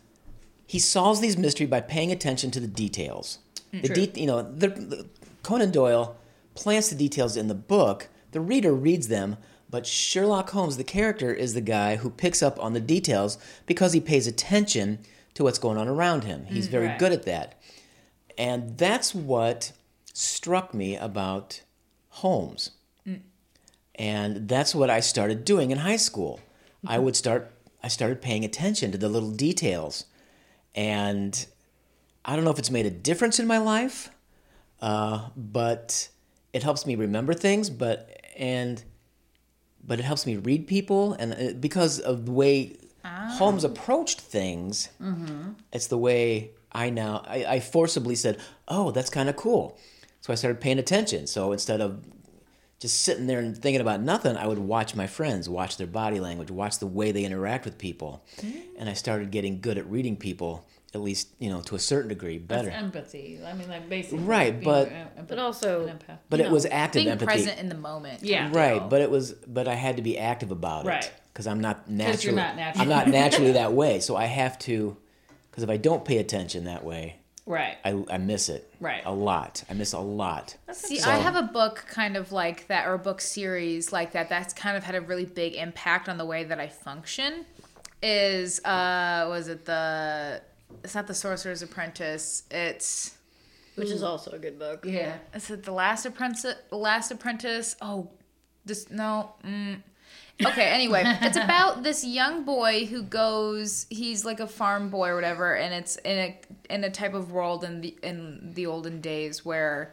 he solves these mysteries by paying attention to the details. The de- you know, the, the- Conan Doyle plants the details in the book. The reader reads them, but Sherlock Holmes, the character, is the guy who picks up on the details because he pays attention to what's going on around him. He's very good at that, and that's what struck me about Holmes. And that's what I started doing in high school. I would start I started paying attention to the little details. And I don't know if it's made a difference in my life, uh, but it helps me remember things, but and but it helps me read people and uh, because of the way
Ah.
Holmes approached things,
Mm-hmm.
it's the way I now I, I forcibly said, "Oh, that's kind of cool." So I started paying attention. So instead of just sitting there and thinking about nothing, I would watch my friends, watch their body language, watch the way they interact with people,
Mm.
and I started getting good at reading people, at least you know to a certain degree, better.
empathy. I mean, like basically.
Right, being but-
but also,
but it was active
being
empathy,
present in the moment.
Yeah.
right? But it was, but I had to be active about it
Right.
because I'm not
you're
naturally,
not
I'm
natural.
not naturally that way. So I have to, because if I don't pay attention that way,
Right.
I, I miss it
Right.
a lot. I miss a lot.
See,
So-
I have a book kind of like that, or a book series like that. That's kind of had a really big impact on the way that I function. Is uh, was it the? It's not the Sorcerer's Apprentice. It's
which is also a good book.
yeah.
is it the Last Apprentice? The Last Apprentice? Oh, this no. Mm. Okay. Anyway, it's about this young boy who goes. He's like a farm boy or whatever, and it's in a in a type of world in the in the olden days where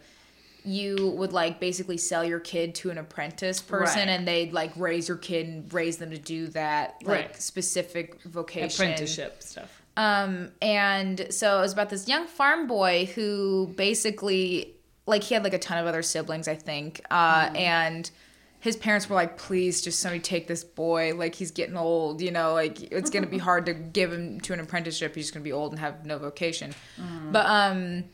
you would like basically sell your kid to an apprentice person
Right.
and they'd like raise your kid and raise them to do that like
Right.
specific vocation
Apprenticeship stuff.
um, and so it was about this young farm boy who basically, like, he had like a ton of other siblings, I think, uh,
Mm-hmm.
and his parents were like, "Please, just somebody take this boy. Like, he's getting old. You know, like it's gonna be hard to give him to an apprenticeship. He's just gonna be old and have no vocation."
Mm.
But um,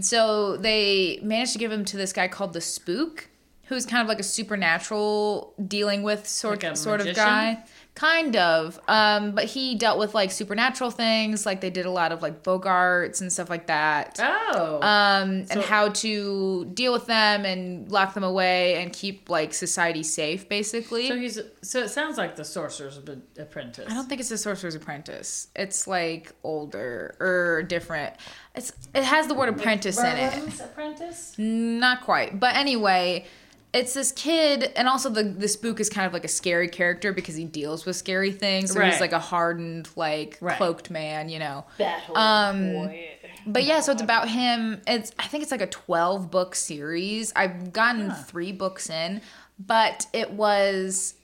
so they managed to give him to this guy called the Spook, who's kind of like a supernatural dealing with sort
Like a
sort of
magician?
guy. Kind of. Um, but he dealt with like supernatural things, like they did a lot of like Bogarts and stuff like that.
Oh.
Um, and how to deal with them and lock them away and keep like society safe, basically.
so he's so it sounds like the sorcerer's Ab- apprentice.
I don't think it's the Sorcerer's Apprentice. It's like older or different. It's it has the word apprentice in it.
Merlin's apprentice.
Not quite. But anyway, it's this kid, and also the the spook is kind of like a scary character because he deals with scary things. So
Right.
he's like a hardened, like
Right.
cloaked man, you know.
Battle.
Um,
boy.
But yeah, so it's about him. It's I think it's like a twelve book series. I've gotten three books in, but it was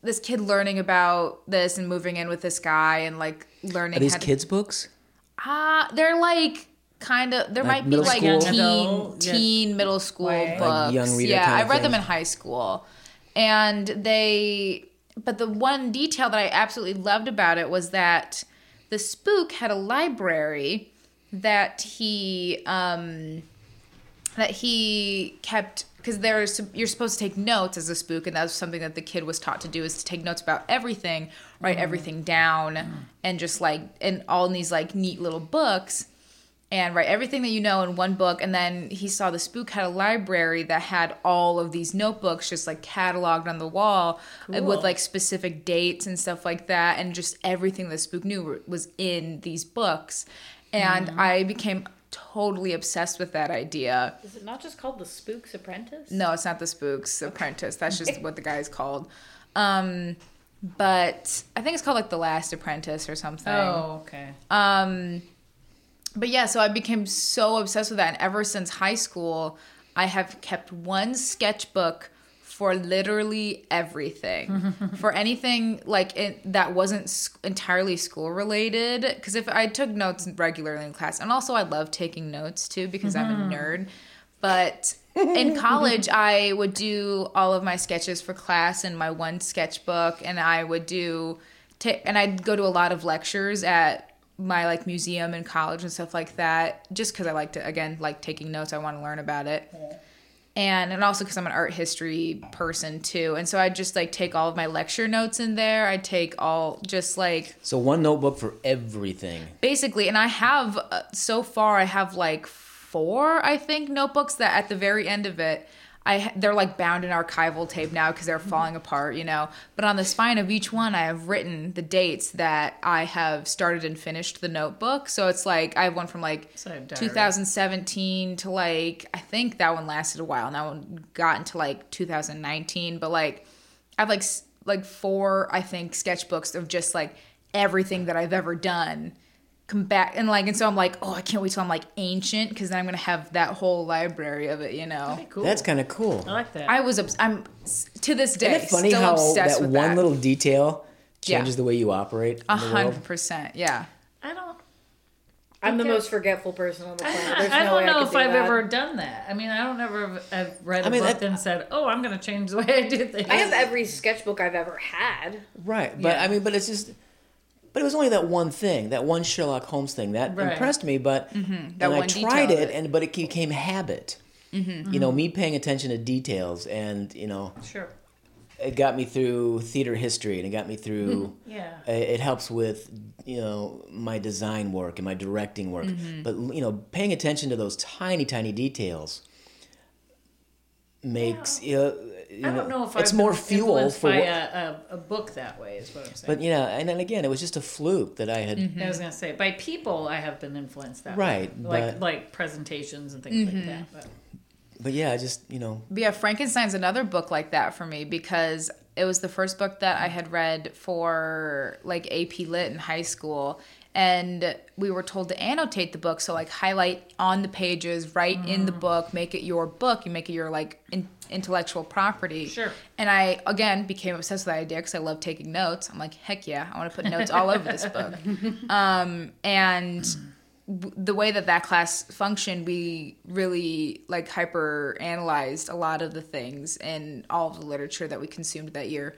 this kid learning about this and moving in with this guy and like learning
Are these
how to-
kids' books?
Ah, they're like kind of. There
Like
might be
middle
like
school?
Adult,
teen,
yeah.
teen middle school
Like
books.
young reader
yeah,
kind of
I read them
thing.
in high school, and they. But the one detail that I absolutely loved about it was that the spook had a library that he um that he kept because there's you're supposed to take notes as a spook and that's something that the kid was taught to do is to take notes about everything write everything down and just like and all in these like neat little books and write everything that you know in one book and then he saw the spook had a library that had all of these notebooks just like cataloged on the wall and with like specific dates and stuff like that and just everything the spook knew was in these books and i became totally obsessed with that idea
Is it not just called the Spook's Apprentice?
no, it's not the Spooks Apprentice. That's just what the guy's called. Um, but I think it's called like the Last Apprentice or something.
Oh, okay.
Um, but yeah, so I became so obsessed with that, and ever since high school, I have kept one sketchbook for literally everything, for anything like it, that wasn't s- entirely school related. Because if I took notes regularly in class, and also I love taking notes too because I'm a nerd. But in college, I would do all of my sketches for class in my one sketchbook, and I would do, ta and I'd go to a lot of lectures at my like museum in college and stuff like that, just because I like to again like taking notes. I want to learn about it, and and also because I'm an art history person too, and so I just like take all of my lecture notes in there. I take all just like
So one notebook for everything.
basically and i have uh, so far i have like four i think notebooks that at the very end of it I, ha- they're like bound in archival tape now because they're falling apart, you know. But on the spine of each one, I have written the dates that I have started and finished the notebook. So it's like I have one from like
So diary.
2017 to like I think that one lasted a while, and that one got into like 2019. But like I have like s- like four I think sketchbooks of just like everything that I've ever done. Come back and like and so I'm like oh I can't wait till I'm like ancient because then I'm gonna have that whole library of it you know.
Cool.
That's kind of cool.
I like that.
I was obs- I'm s- to this day
Isn't it funny
still
how
obsessed
that one
with that.
little detail
Yeah.
changes the way you operate?
a
in the world?
hundred percent yeah.
I don't.
I'm the
Okay.
most forgetful person on the planet. There's
I
no
don't
way I
know
could
if
do
I've
that.
ever done that. I mean, I don't ever have I've read a
I mean,
book
that-
and said, "Oh, I'm going to change the way I do things."
I have every sketchbook I've ever had.
Right, but I mean, but it's just, but it was only that one thing, that one Sherlock Holmes thing that
Right. Mm-hmm.
impressed me. But
that
and I
one detail
tried
of
it,
it.
and but it became habit.
Mm-hmm.
You know, me paying attention to details, and you know,
sure.
it got me through theater history, and it got me
Hmm.
through.
Yeah.
it- It helps with you know my design work and my directing work,
Mm-hmm.
but you know, paying attention to those tiny, tiny details makes you know, you
I don't know if
it's
I've
more
been
fuel
influenced
for.
by
what-
a, a, a book that way is what I'm saying.
But you know, and then again, it was just a fluke that I had.
I was gonna say by people I have been influenced that
Right,
way. like
but-
like presentations and things
Mm-hmm.
like that. But
But yeah, I just you know,
But yeah, Frankenstein's another book like that for me because it was the first book that I had read for like AP Lit in high school. And we were told to annotate the book. So, like, highlight on the pages, write in the book, make it your book. You make it your, like, in- intellectual property.
Sure.
And I, again, became obsessed with that idea because I love taking notes. I'm like, heck yeah, I want to put notes all over this book. Um, and the way that that class functioned, we really like hyper analyzed a lot of the things in all of the literature that we consumed that year.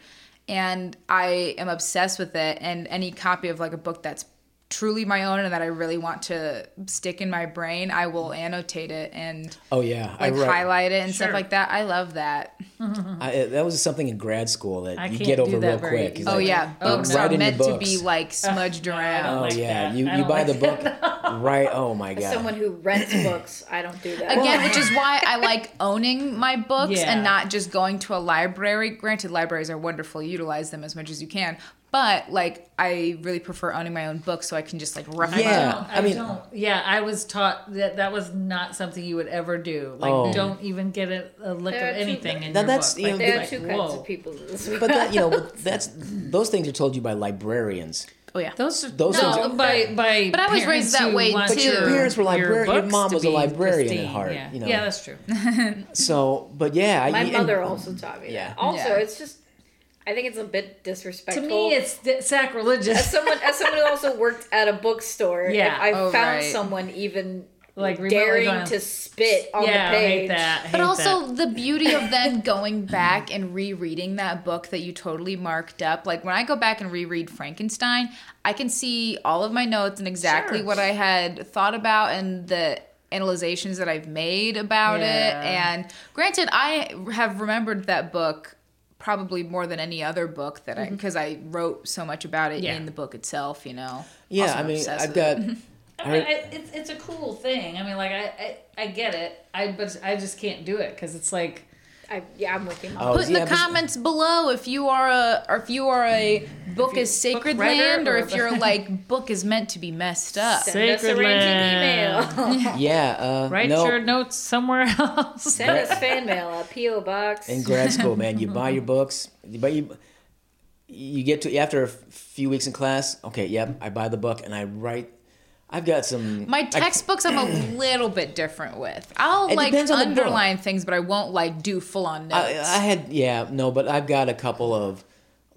And I am obsessed with it. And any copy of like a book that's truly my own and that I really want to stick in my brain, I will annotate it and
Oh yeah,
like
I wrote,
highlight it and stuff
Sure.
like that. I love that.
I, that was something in grad school that
I
you
can't
get
do
over
that
real
very
quick. It's
easily.
Oh
like,
yeah,
Oh,
books
right
are
in the
meant to
books.
be like smudged
don't
around.
Oh
like
yeah,
that.
you,
I
you
don't
buy
like
the book right. Oh my god.
Someone who rents books, I don't do that.
Again, which is why I like owning my books
Yeah.
and not just going to a library. Granted, libraries are wonderful, utilize them as much as you can. But like, I really prefer owning my own books so I can just like reference.
Yeah.
don't-
I mean-
don't. Yeah, I was taught that that was not something you would ever do. Like,
Oh.
don't even get a, a lick
There are
of
two-
anything in
Now
your
that's,
book.
you know,
there are
like,
two
whoa.
kinds of people. in this world.
but that you know that's those things are told you by librarians.
Oh yeah,
Those are
Those
no,
things are-
by by.
But I was
parents
raised that
who
way,
want
But your
parents were librarian- your
books
mom
to
was a
be
librarian at
pristine,
heart,
Yeah.
you know.
yeah, that's true.
So, but yeah, I- e,
My
and-
mother also taught me
yeah.
that. Also,
Yeah.
it's just, I think it's a bit
to
disrespectful.
me, it's di-
as
sacrilegious.
someone as someone who also worked at a bookstore,
Yeah.
if I
Oh,
found
right.
someone even
Like, remotely
daring
going,
to spit on
yeah,
the
I
page.
hate that. I
But
hate
also the beauty of then going back and rereading that book that you totally marked up. Like when I go back and reread Frankenstein, I can see all of my notes and exactly
Sure.
what I had thought about and the analyzations that I've made about
Yeah.
it. And granted, I have remembered that book probably more than any other book that I because I wrote so much about it
Yeah.
in the book itself. You know.
yeah,
Also
I mean,
obsessed
I've
with it.
got.
I mean, I, it's it's a cool thing. I mean, like I, I, I get it. I but I just can't do it because it's like
I, yeah, I'm with you. Mom.
Oh,
Put in
yeah,
the
but-
comments below if you are a or if you are a book is sacred
writer
land or
or
if
a-
you're like book is meant to be messed up.
Send us a
Sacred
ranting email.
Yeah, uh,
write
no.
your notes somewhere else.
Send us fan mail, a PO box.
in grad school, man, you buy your books, but you you get to after a few weeks in class. Okay, yep, I buy the book and I write. I've got some.
My
I-
textbooks I'm a little bit different with. I'll
It
like
depends on the book.
underline things, but I won't like do full on notes.
I, I had yeah no, but I've got a couple of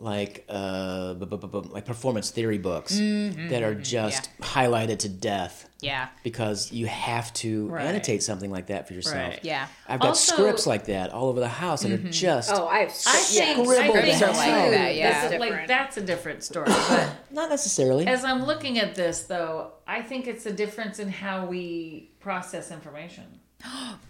like uh bu- bu- bu- bu- like performance theory books
Mm-hmm.
that are just highlighted to death
yeah.
because you have to
Right.
annotate something like that for yourself.
Right.
Yeah.
I've got
Also- Mm-hmm.
scripts like that all over the house that are just
oh, I have.
I
yeah.
think,
Scribble
I think
down.
too,
That, yeah.
that's like
Different.
that's a different story. But
not necessarily.
as I'm looking at this, though, I think it's a difference in how we process information.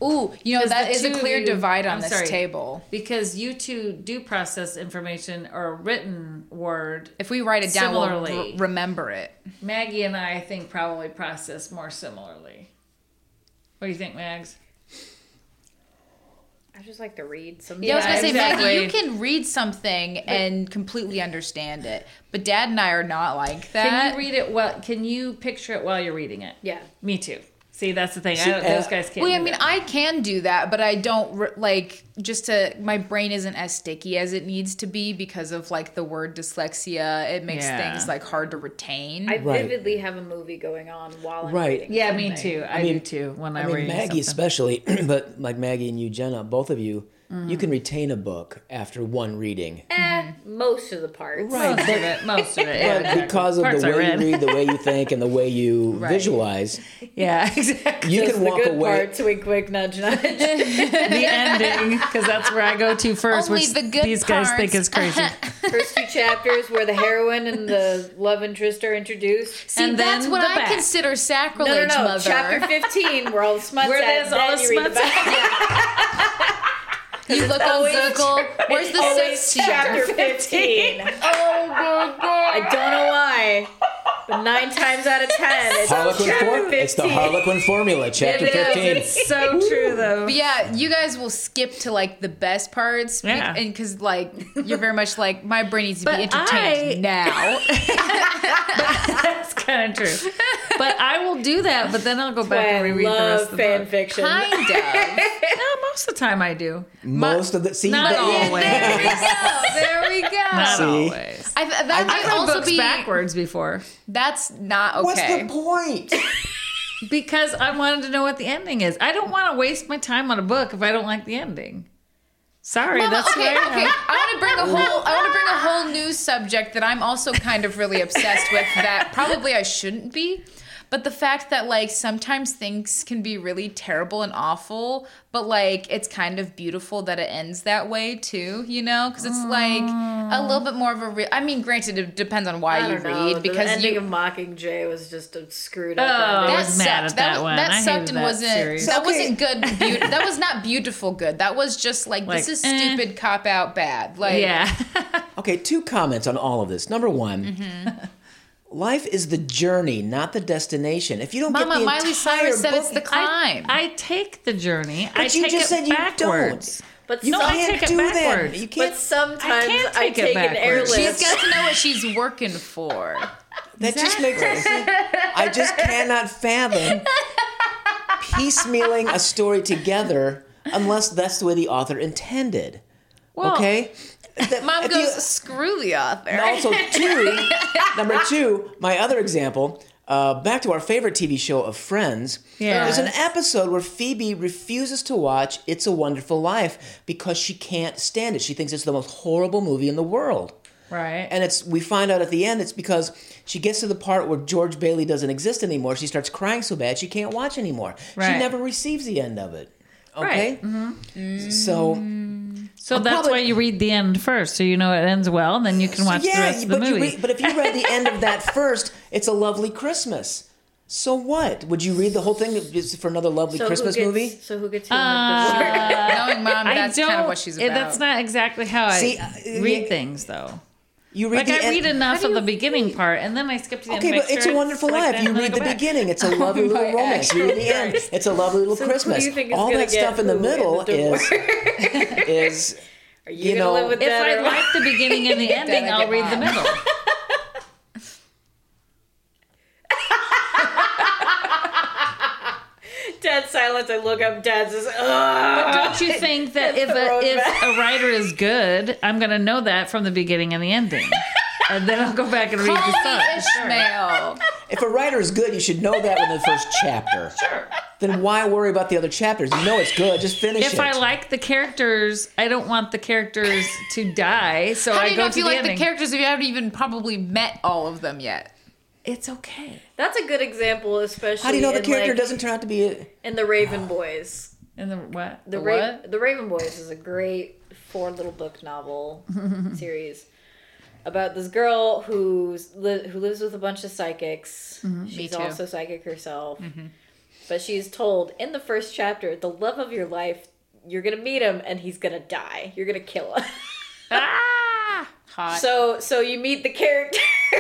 Ooh, you know
'Cause
that
the
is a
two of
clear
you-
divide on
I'm
this
sorry.
table.
because you two do process information or written word.
If we write it down,
Similarly.
we'll r- remember it.
Maggie and I, I think, probably process more similarly. What do you think, Mags?
I just like to read some.
Yeah, I was
Yeah,
gonna say, Maggie, you
exactly.
can read something and completely understand it, but Dad and I are not like
Can
that.
you read it well? Can you picture it while you're reading it?
Yeah.
Me too. See, that's the thing. I don't,
uh,
those guys can't.
well,
do
I mean,
that.
I can do that, but I don't re- like just to. My brain isn't as sticky as it needs to be because of like the word dyslexia. It makes
Yeah.
things like hard to retain.
I
Right.
vividly have a movie going on while I'm
Right.
reading.
yeah, me
something.
too. I, do too. When I,
I mean,
read
Maggie
something.
especially, but like Maggie and you, Jenna, both of you, you can retain a book after one reading.
Eh,
Mm-hmm.
most of the parts.
most of it, most of it. Yeah,
But because of
Parts
the
I
way
read.
you read, the way you think, and the way you visualize,
yeah exactly.
you
Just
can
the
walk
good
away.
parts. Wink, wink, nudge, nudge.
the ending, because that's where I go to first,
Only
which
the good
these guys think
parts.
is crazy.
First two chapters where the heroine and the love interest are introduced.
See,
and
that's
then
what
the
I
back.
consider sacrilege,
No, no, no.
mother.
Chapter 15, where all the smuts
Where
at,
there's all
then
the
you read the
smuts
back.
you look on
always-
Google. Where's the
Always
sixth
chapter
chapter?
15. oh, my God. I don't know why, but nine times out of ten, it's
Harlequin
chapter
form-
15.
It's the Harlequin formula, chapter
It is.
15.
It's so true, though.
But yeah, you guys will skip to like the best parts, be-
Yeah.
and because like you're very much like my brain needs to
But
be entertained
I-
now.
That's kind of true. But I will do that, but then I'll go back and
I
reread the rest
love
of the
fan
book.
fiction.
kind of.
No, most of the time I do.
Most of the. See,
Not
but-
always.
there we go.
Not
See?
always.
I, that
I've
might
read
also
books
be
backwards before
that's not okay.
What's the point?
because I wanted to know what the ending is. I don't want to waste my time on a book if I don't like the ending. Sorry,
Mama,
that's
okay,
who I
okay.
am.
I want to bring a whole. I want to bring a whole new subject that I'm also kind of really obsessed with. That probably I shouldn't be, But the fact that like sometimes things can be really terrible and awful, but like it's kind of beautiful that it ends that way too, you know? Because it's like
Mm.
a little bit more of a. Re- I mean, granted, it depends on why you read
the
because
ending
you
of Mockingjay was just a screwed
Oh.
up. ending.
I
that
was mad
sucked.
at that
was-
one. I
That
hated
sucked and
that
wasn't.
series.
That
Okay.
wasn't good. Beauty, that was not beautiful good. That was just like,
Like,
this is
eh.
stupid cop out bad. Like
yeah.
Okay, two comments on all of this. Number one,
Mm-hmm.
life is the journey, not the destination. If you don't get
Mama
the
Miley
entire
Cyrus said
book,
it's the
I,
climb.
I take the journey. I
But you
take
just
it
said you don't.
backwards.
But
you
No, I
can't
take it
do that.
backwards.
You can't.
But sometimes
I
I
can't take it
take, an
backwards.
airlift.
she's got to know what she's working for.
that just makes. I just cannot fathom piecemealing a story together unless that's the way the author intended. okay. That-
Mom
if
goes,
you-
screw the author.
And also, two, number two, my other example, uh, back to our favorite TV show of Friends.
Yeah.
There's an episode where Phoebe refuses to watch It's a Wonderful Life because she can't stand it. She thinks it's the most horrible movie in the world.
Right.
And it's we find out at the end it's because she gets to the part where George Bailey doesn't exist anymore. She starts crying so bad she can't watch anymore. She
Right. Mm-hmm.
never receives the end of it. Okay? So
so that's
probably-
why you read the end first, so you know it ends well, and then you can watch the rest of the
but
movie.
You read, but if you read the end of that first, it's a lovely Christmas. So what? Would you read the whole thing just for another lovely
So who
Christmas
gets-
movie?
So who gets you in the dessert?
Uh, Knowing mom, that's
I don't.
kind of what she's
it-
about.
That's not exactly how
See, uh,
I read
yeah.
things, though.
You read
Like
the
I
end.
read enough of the beginning part, and then I skip to the end.
Okay,
make
but it's
sure
a wonderful
like
life.
that,
you
and then I
read
go
the
back.
beginning. It's a lovely little romance. You read the end. It's a lovely little
So who do
Christmas.
you think is
All
gonna
that stuff
get
in the
who in
middle
the
is is
Are you,
You
gonna
know,
live with
If
that?
I
or-
like the beginning and the ending,
Then I
I'll
get
read the
mine.
middle.
dead silence. I look up. Dad's just ugh.
Don't you think that
uh,
if a, if a writer is good, I'm going to know that from the beginning and the ending, and then I'll go back and read the
Holy
stuff.
Ishmael.
if a writer is good, you should know that within the first chapter. Sure. Then why worry about the other chapters? You know it's good. Just finish
If
it.
I like the characters, I don't want the characters to die, so
How
I
do you
go
know
to
if you
the
like
ending.
the characters if you haven't even probably met all of them yet?
it's okay.
That's a good example, especially.
How do you know the
in,
character
like,
doesn't turn out to be? A,
In the Raven Boys,
And the what?
the Ra- the Raven Boys is a great four little book novel series about this girl who's li- who lives with a bunch of psychics. she's
too.
also psychic herself, but she's told in the first chapter, "The love of your life." You're gonna meet him, and he's gonna die. You're gonna kill him.
Ah!
Hot.
so, so you meet the character,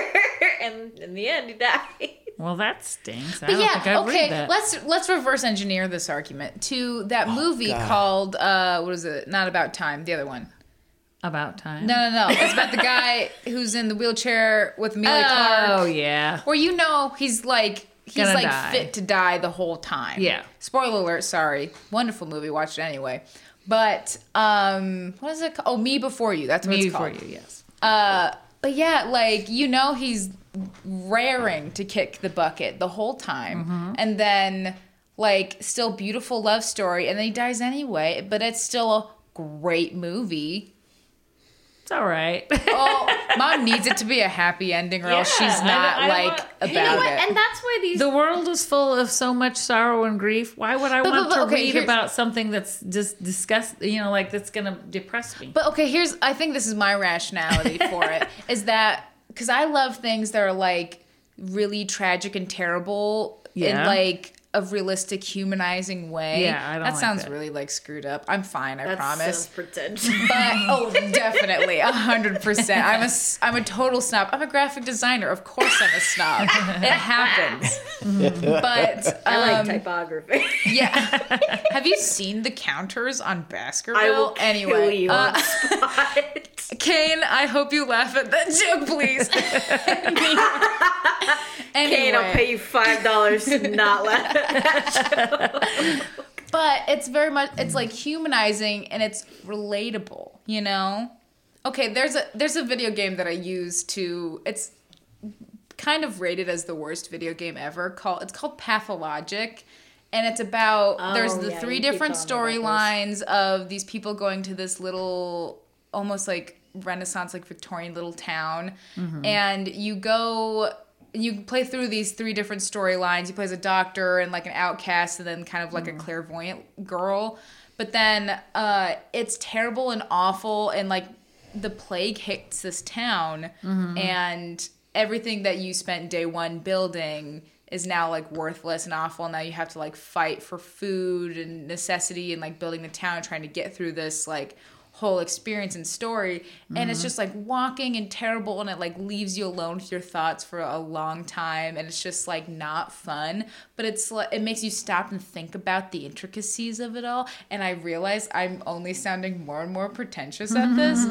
and in the end, he dies.
Well, that stinks. I
But
don't
yeah,
think I
okay.
read that.
Let's let's reverse engineer this argument to that
Oh,
movie
God.
called uh what is it? Not about time, the other one.
About time.
No, no, no. It's about the guy who's in the wheelchair with Amelia
Oh
Clark.
yeah.
Where you know he's like he's
Gonna
like
die.
fit to die the whole time.
Yeah.
Spoiler alert, sorry. Wonderful movie, watch it anyway. But um what is it called? Oh, Me Before You. That's what
Me
it's
for
called.
you. Yes.
Uh, but yeah, like you know, he's raring to kick the bucket the whole time,
Mm-hmm.
and then like still beautiful love story, and then he dies anyway. But it's still a great movie.
It's all right.
Oh, mom needs it to be a happy ending, or else
Yeah,
she's
I
not
don't- I don't
like
want-
about
You know what?
it.
And that's why these
the world is full of so much sorrow and grief. Why would I
But-
want
but- but,
to
okay,
read
here's-
about something that's just disgust? You know, like that's gonna depress me.
But okay, here's I think this is my rationality for it is that because I love things that are like really tragic and terrible in
Yeah.
like a realistic humanizing way.
Yeah, I don't
that
like
sounds
that.
really like screwed up. I'm fine, I
That sounds
promise.
pretentious.
But oh, definitely, a hundred percent. I'm a s- I'm a total snob. I'm a graphic designer. Of course, I'm a snob. it happens. But
Mm-hmm. I like
um,
typography.
yeah, have you seen the counters on Baskerville?
I will
anyway,
kill you
uh,
on the spot.
Kane, I hope you laugh at that joke, please. anyway,
Kane, I'll pay you five dollars to not laugh.
but it's very much it's like humanizing and it's relatable, you know? Okay, there's a there's a video game that I use to it's kind of rated as the worst video game ever. Called it's called Pathologic. And it's about there's
Oh,
the
yeah,
three
you keep
different
telling me
storylines of these people going to this little almost like Renaissance, like Victorian little town. And you go you play through these three different storylines. He plays a doctor and like an outcast, and then kind of like a clairvoyant girl. But then uh, it's terrible and awful, and like the plague hits this town, and everything that you spent day one building is now like worthless and awful. Now you have to like fight for food and necessity, and like building the town, and trying to get through this like whole experience and story and it's just like walking and terrible and it like leaves you alone with your thoughts for a long time and it's just like not fun but it's like it makes you stop and think about the intricacies of it all and i realize i'm only sounding more and more pretentious at this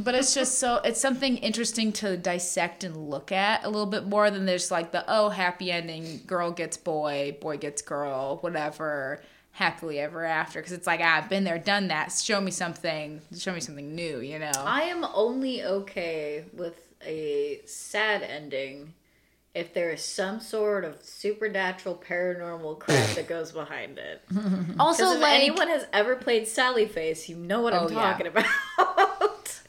but it's just so it's something interesting to dissect and look at a little bit more than there's like the oh happy ending girl gets boy boy gets girl whatever happily ever after because it's like ah, i've been there done that show me something show me something new you know
I am only okay with a sad ending if there is some sort of supernatural paranormal crap that goes behind it.
also
So if
like
anyone has ever played Sally Face, you know what
Oh,
I'm
yeah.
talking about.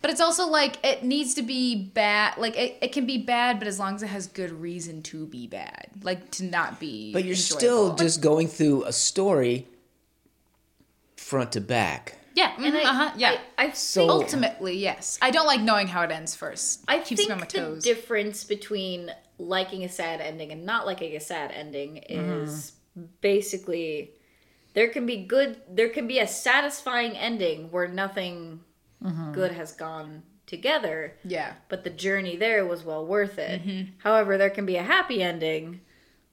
but it's also like it needs to be bad like it, it can be bad but as long as it has good reason to be bad like to not be
But you're
enjoyable.
still just going through a story front to back.
yeah mhm,
I-
uh-huh yeah
I, I
So-
think
ultimately yes i don't like knowing how it ends first
I
keeps
think
me on my
the
toes
difference between liking a sad ending and not liking a sad ending
Mm-hmm.
is basically there can be good there can be a satisfying ending where nothing
Mm-hmm.
good has gone together
yeah
but the journey there was well worth it
Mm-hmm.
however there can be a happy ending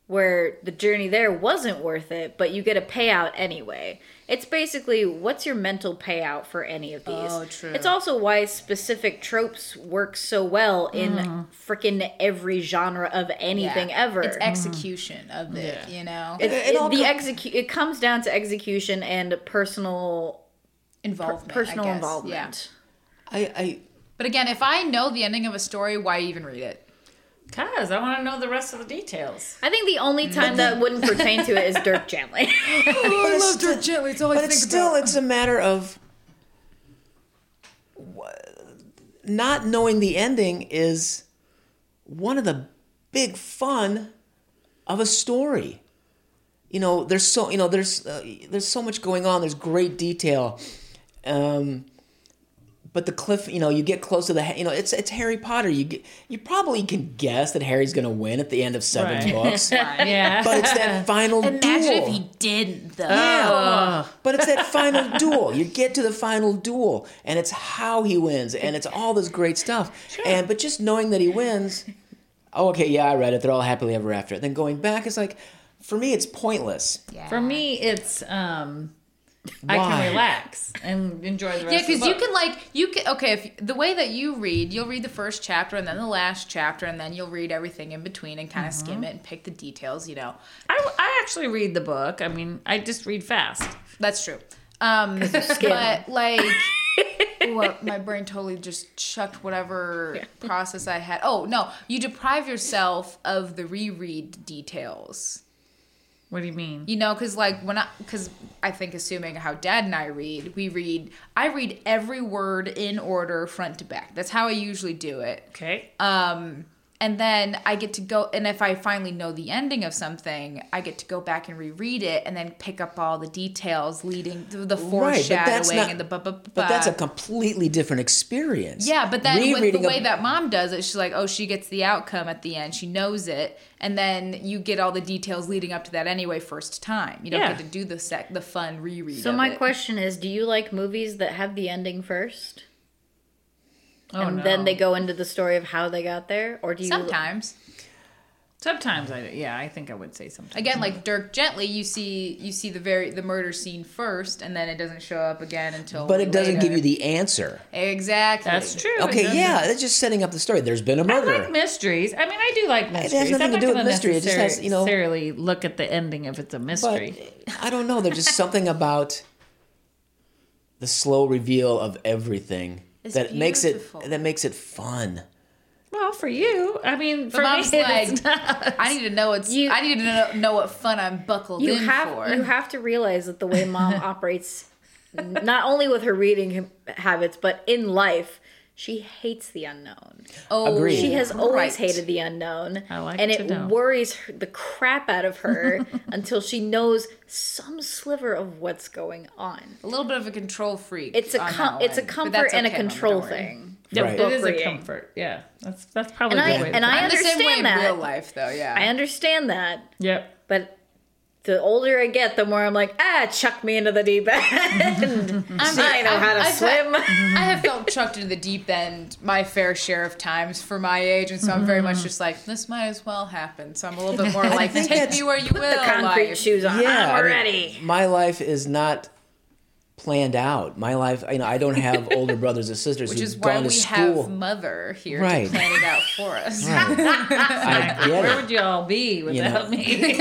where the journey there wasn't worth it but you get a payout anyway it's basically what's your mental payout for any of these
Oh, true.
it's also why specific tropes work so well in frickin' every genre of anything
Mm-hmm. Yeah.
ever
it's execution of it you know
It-
It- it all
it- the
com-
execu- it comes down to execution and personal
involvement I
personal
guess.
involvement
yeah
I, I
But again, if I know the ending of a story, why even read it?
Cause I want to know the rest of the details.
i think the only
Mm-hmm.
time that wouldn't pertain to it is dirk gently
but it's still,
Gently, it's all
but it's, still it's a matter of wha- not knowing the ending is one of the big fun of a story. You know, there's so you know there's uh, there's so much going on. There's great detail, um, but the cliff. You know, you get close to the. ha- You know, it's it's Harry Potter. You get, you probably can guess that Harry's going to win at the end of seven
Right.
books,
Yeah.
but it's that final
Imagine
duel.
if he didn't, though.
Yeah. But it's that final duel. You get to the final duel, and it's how he wins, and it's all this great stuff. And but just knowing that he wins, oh, okay, yeah, I read it. They're all happily ever after. Then going back is like, for me, it's pointless.
For me, it's um, I
Why?
can relax and enjoy the rest.
Yeah,
of the
because you
book.
can like you can okay. If the way that you read, you'll read the first chapter and then the last chapter, and then you'll read everything in between and kind of skim it and pick the details. You know,
I, I actually read the book. I mean, I just read fast.
that's true. Um, but like, what my brain totally just chucked whatever process I had. Oh no, you deprive yourself of the reread details.
What do you mean?
You know, because like when I, because I think assuming how dad and I read, we read, I read every word in order front to back. That's how I usually do it.
Okay.
Um, and then I get to go, and if I finally know the ending of something, I get to go back and reread it and then pick up all the details leading to the
Right,
foreshadowing
but that's not.
and the ba ba ba.
but that's a completely different experience.
Yeah, but then with
Rereading
the
a-
way that mom does it, she's like, oh, she gets the outcome at the end. She knows it. And then you get all the details leading up to that anyway, first time. You don't
Yeah.
get to do the sec- the fun reread.
So
of
my
it.
question is, do you like movies that have the ending first,
oh
and
no.
then they go into the story of how they got there, or do you?
Sometimes.
Sometimes I yeah I think I would say sometimes.
Again, like Dirk Gently, you see you see the very the murder scene first, and then it doesn't show up again until.
But
way
it doesn't
later.
give you the answer.
exactly.
that's true. it
Okay,
doesn't-
yeah, that's just setting up the story. There's been a
I
murder.
like mysteries. I mean, I do like mysteries.
nothing
I'm
to
not
do with
gonna
mystery. It just has, you know-
necessarily look at the ending if it's a mystery.
But I don't know. There's just something about the slow reveal of everything
It's
that makes it
beautiful.
that makes it fun.
well, for you, I mean, for
mom's
me, it's
like,
not.
I need to know it's.
You-
I need to know, know what fun I'm buckled
You
in
have
for.
you have to realize that the way mom operates, not only with her reading habits, but in life, she hates the unknown.
Oh,
Agreed.
She has always
right.
hated the unknown.
I like
and
to
it
know.
worries her, the crap out of her until she knows some sliver of what's going on.
a little bit of a control freak.
It's a
on
com-
that
it's a
one, but
comfort
that's
and a
okay, Mama, don't
control
worry.
thing.
Yeah,
Right.
It is a
Appropriate.
comfort. Yeah, that's that's probably a
And I
good way. to
and
put
I
I'm the same way
understand
in
that.
real life, though. Yeah.
I understand that,
it. Yep.
but the older I get, the more I'm like, ah, chuck me into the deep end. I know how to
I've-
swim.
I have felt chucked into the deep end my fair share of times for my age, and so I'm
Mm-hmm.
very much just like this might as well happen. So I'm a little bit more like
think
take
that's-
me where you will.
the concrete
life.
shoes on.
yeah,
I'm
I mean,
ready.
my life is not planned out. My life, you know, I don't have older brothers and sisters
which
who've
is why
gone to
we
school.
have mother here
Right.
to plan it out for us.
I get
Where
it.
would you all be without
know.
me?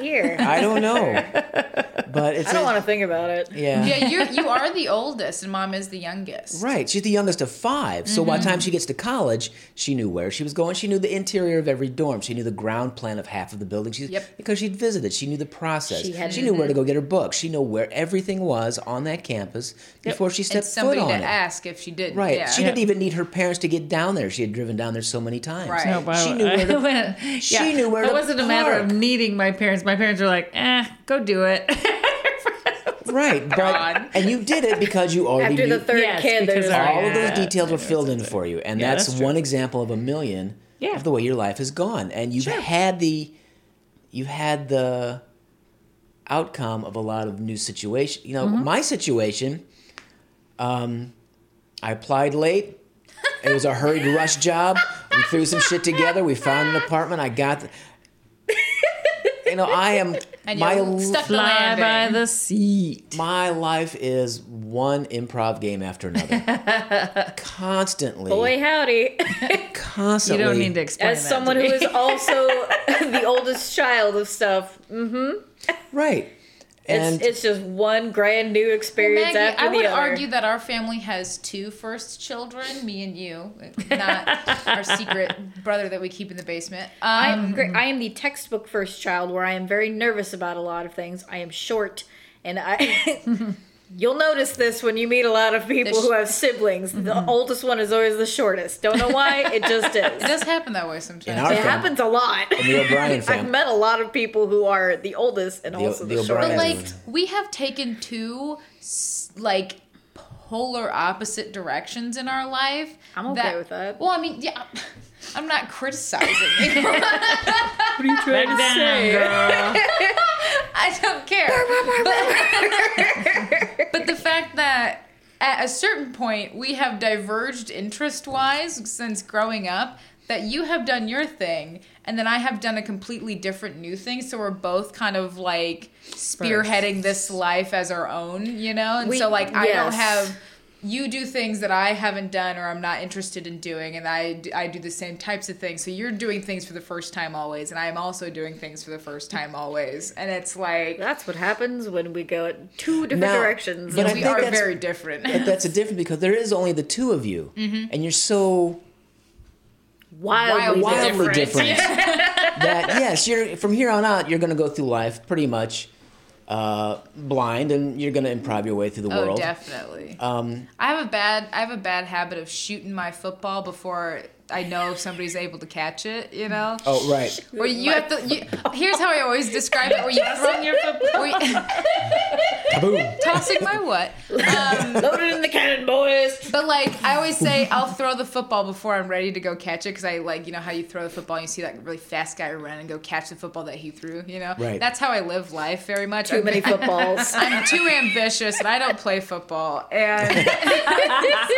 here. I,
I don't know, but it's
don't want to think about it.
yeah.
Yeah, you you are the oldest, and mom is the youngest. Mm-hmm.
Right, she's the youngest of 5 So by the time she gets to college, she knew where she was going. She knew the interior of every dorm. She knew the ground plan of half of the building. She's
Yep.
because she'd visited. She knew the process. She,
She had-
knew where to go get her books. She knew where everything was on that campus before she
And
stepped foot
somebody
on
to
it.
ask if she didn't.
Right.
Yeah.
She didn't even need her parents to get down there. She had driven down there so many times.
Right. No,
but
She knew where to-
went,
she knew where
It
to
wasn't a matter of
park.
needing my parents. My parents were like, "Eh, go do it."
Right. But
God.
and you did it because you already
After
knew
the third
Yes,
kid, they're
because
just
our-
like,
all of those
Yeah,
details were filled in for you. And
Yeah,
that's,
that's true.
one example of a million
Yeah.
of the way your life has gone. And you've had the you've had the outcome of a lot of new situation. You know, my situation, um, I applied late. It was a hurried rush job. We threw some shit together. We found an apartment. I got the, You know, I am
And
my
you're stuck the
Fly
landing.
by the seat.
my life is one improv game after another. constantly.
boy howdy.
You
constantly.
don't need to explain
As
that
someone
to
who
me.
is also the oldest child of stuff,
Right.
it's,
And
it's just one grand new
Well,
experience
Maggie,
after
I
the
would
other.
argue that our family has two first children, me and you, not our secret brother that we keep in the basement. Um,
I'm great. I am the textbook first child where I am very nervous about a lot of things. I am short, and I. You'll notice this when you meet a lot of people
The sh-
who have siblings. The oldest one is always the shortest. Don't know why, it just
it
is.
does happen that way
in
sometimes.
our
It
family,
happens a lot.
the O'Brien
I've
family.
met a lot of people who are the oldest and also the,
the O'Brien
shortest.
but like
Absolutely.
we have taken two s- like polar opposite directions in our life.
I'm okay with that.
Well, I mean, yeah, I'm not criticizing. you.
Back down, girl.
I don't care. but, but the fact that at a certain point we have diverged interest wise since growing up, that you have done your thing and then I have done a completely different new thing. So we're both kind of like spearheading this life as our own, you know? And
We-
so, like, I don't
yes.
have. You do things that I haven't done or I'm not interested in doing, and I, d- I do the same types of things. So you're doing things for the first time always, and I'm also doing things for the first time always. And it's like,
That's what happens when we go two different
Now-
directions.
but I
we
think
are
that's-
very different.
But that's a different because there is only the two of you, and you're so
wildly,
Wildly
different.
wildly different, that yes, you're from here on out you're going to go through life pretty much uh, blind, and you're going to improv your way through the
Oh,
world. uh, Um,
definitely. I have a bad I have a bad habit of shooting my football before I know if somebody's able to catch it. You know.
Oh right,
Or you have to. You, here's how I always describe it: where you throw your football,
kaboom!
tossing my what? Um,
Loaded in the cannon, boys.
But like I always say, I'll throw the football before I'm ready to go catch it because I like you know how you throw the football and you see that really fast guy run and go catch the football that he threw. You know,
Right.
That's how I live life very much.
Too many footballs.
I'm too ambitious and I don't play football. And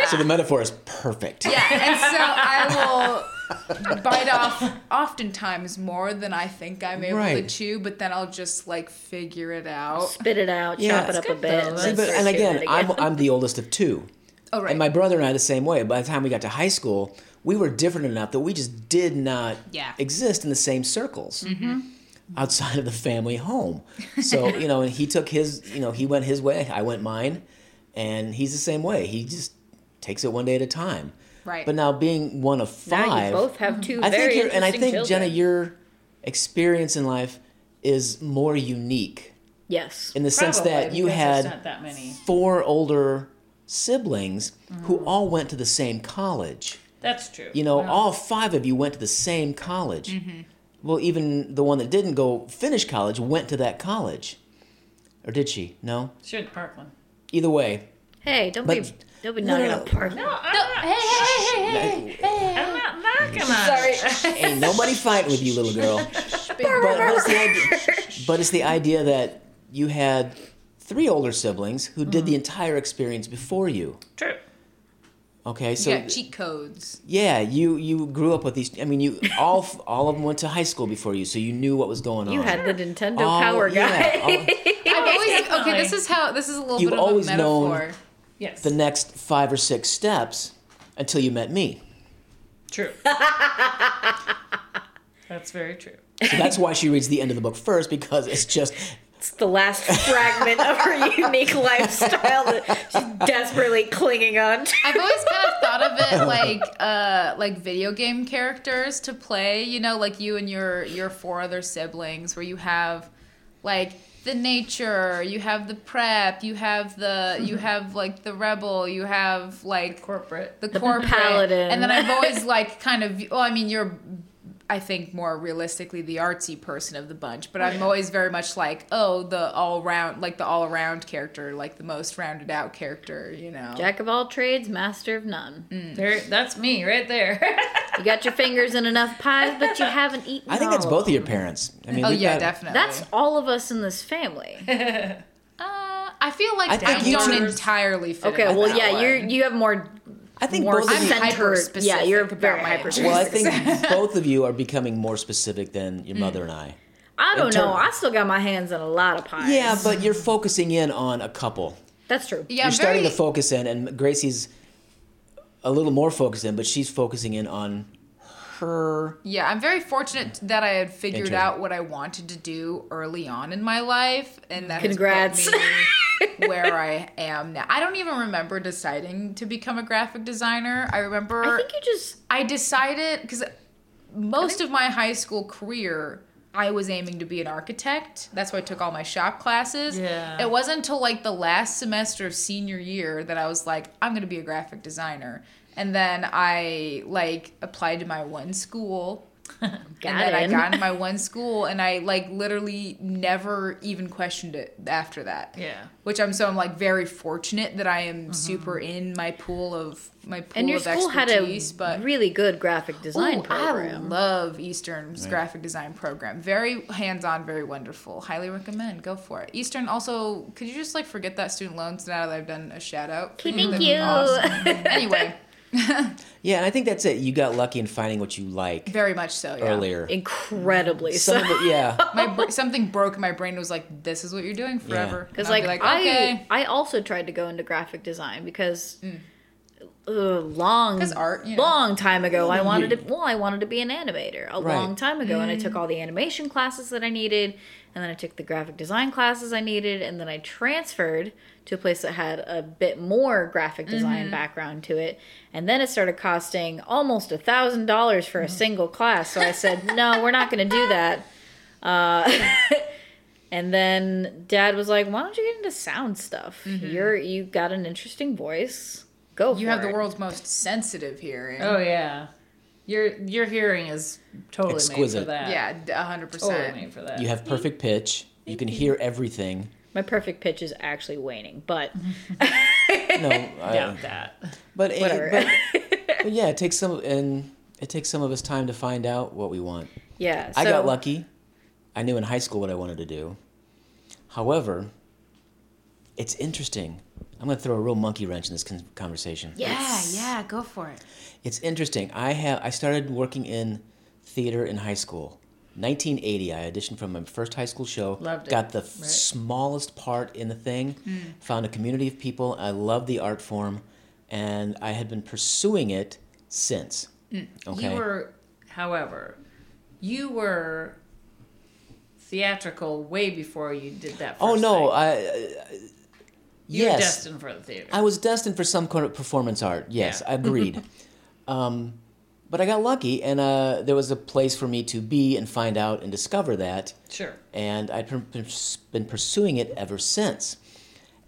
So the metaphor is perfect.
Yeah, and so I will bite off oftentimes more than I think I'm able
Right.
to chew, but then I'll just like figure it out.
Spit it out,
Yeah.
chop it up
It's
a
good
bit.
though.
and
See,
then
but,
start
and
shooting
again,
it
I'm I'm the oldest of two.
Oh right.
And my brother and I the same way. By the time we got to high school, we were different enough that we just did not
Yeah.
exist in the same circles
Mm-hmm.
outside of the family home. So you know, and he took his, you know, he went his way, I went mine, and he's the same way. He just takes it one day at a time.
Right.
But now being one of five,
Now you both have two
I
very
think you're,
interesting
and I think
children.
Jenna, your experience in life is more unique
yes.
in the sense
Probably,
that you
because there's
had
not that many.
four older siblings who all went to the same college.
That's true.
You know, all five of you went to the same college. Well, even the one that didn't go finish college went to that college. Or did she? No.
She went to Parkland.
Either way,
Hey, don't
But-
be don't be knocking
no,
up part.
No, I'm not. Hey, hey, hey, I'm not knocking on. it.
ain't nobody fighting with you, little girl. but, but it's the idea, but it's the idea that you had three older siblings who did the entire experience before you.
True.
Okay, so
You got cheat codes.
yeah, you you grew up with these. I mean, you all f- all of them went to high school before you, so you knew what was going
You
on.
had the Nintendo
All-
Power
Oh, yeah,
guy.
all-
I've always
definitely.
okay. This is how this is a little
You've
bit of a
always known-
metaphor.
Yes.
the next five or six steps until you met me.
true. That's very true.
So that's why she reads the end of the book first because it's just
It's the last fragment of her unique lifestyle that she's desperately clinging on to.
I've always kind of thought of it like uh like video game characters to play, you know, like you and your your four other siblings where you have like the nature, you have the prep, you have the you have like the rebel, you have like
Corporate.
Mm-hmm. the corporate
paladin.
And then I've always like kind of well, I mean you're I think more realistically the artsy person of the bunch, but I'm always very much like, oh, the all round like the all around character, like the most rounded out character, you know.
Jack of all trades, master of none.
There, that's me right there.
You got your fingers in enough pies, but you haven't eaten.
I think
all
that's
of
both of
them.
your parents. I mean,
Oh
we've
yeah,
got-
definitely.
That's all of us in this family.
Uh, I feel like
I
I,
think you
don't
two-
entirely fit.
Okay,
in
well,
that
yeah,
one.
you you have more
I think
more
both of
I'm
you,
centered.
hyper-specific
yeah, you're
about
very
my
hyper.
answers.
well, I think both of you are becoming more specific than your mother and I.
I don't know.
term-
I still got my hands in a lot of pies.
Yeah, but you're focusing in on a couple.
that's true.
yeah,
you're starting to
very-
focus in, and Gracie's a little more focused in, but she's focusing in on her.
Yeah, I'm very fortunate that I had figured
Interesting.
out what I wanted to do early on in my life, and that
Congrats.
has put me where I am now. I don't even remember deciding to become a graphic designer. I remember
I think you just
I decided because most of my high school career, I was aiming to be an architect. That's why I took all my shop classes.
Yeah.
It wasn't until like the last semester of senior year that I was like, I'm going to be a graphic designer. And then I like applied to my one school.
got
and then
in.
I got into my one school and I like literally never even questioned it after that.
Yeah.
Which I'm so I'm like very fortunate that I am super in my pool of my pool
Mm-hmm. and your
of
school had a
expertise. but
really good graphic design
Ooh, I
program.
love Eastern's graphic design program. Very hands-on, very wonderful. Highly recommend. Go for it. Eastern also, could you just like forget that student loans now that I've done a shout out? for
Thank
That'd be
you.
awesome. Anyway,
Yeah, and I think that's it. You got lucky in finding what you like
very much so. Yeah.
earlier.
Incredibly
Some
so.
of it, yeah.
My br- something broke. in My brain was like, "This is what you're doing forever."
Because
And I'd
like,
be okay. Mm.
I I also tried to go into graphic design because. Uh, long
'Cause art, you know.
long time ago i wanted to well i wanted to be an animator a
Right.
long time ago and i
Mm.
took all the animation classes that i needed and then i took the graphic design classes i needed and then i transferred to a place that had a bit more graphic
Mm-hmm.
design background to it and then it started costing almost a thousand dollars
Mm-hmm.
for a single class so i said no we're not going to do that Uh, and then dad was like, "Why don't you get into sound stuff? You're you got an interesting voice. Go.
Mm-hmm. you
for
have the
it."
world's most sensitive hearing.
Oh yeah, your your hearing is totally made
Exquisite.
for that.
yeah, d- hundred
totally
percent.
made for that.
You have perfect pitch. You can hear everything.
My perfect pitch is actually waning, but
No, I,
doubt that.
but it-
Whatever.
but But yeah, it takes some and it takes some of us time to find out what we want.
yeah.
I got
so-
lucky. I knew in high school what I wanted to do. However, it's interesting. I'm going to throw a real monkey wrench in this con- conversation.
Yes.
Yeah, yeah, go for it.
It's interesting. I have I started working in theater in high school. 1980. I auditioned for my first high school show.
Loved it,
Got the f-
right. Hmm.
smallest part in the thing. Found a community of people. I love the art form, and I had been pursuing it since. Okay.
Hmm. You were, however, you were theatrical way before you did that. First
Oh no!
thing.
I uh,
you were
yes,
destined for the theater.
I was destined for some kind of performance art. Yes,
Yeah.
agreed. um, but I got lucky, and uh, there was a place for me to be and find out and discover that,
sure.
and I've been- been pursuing it ever since.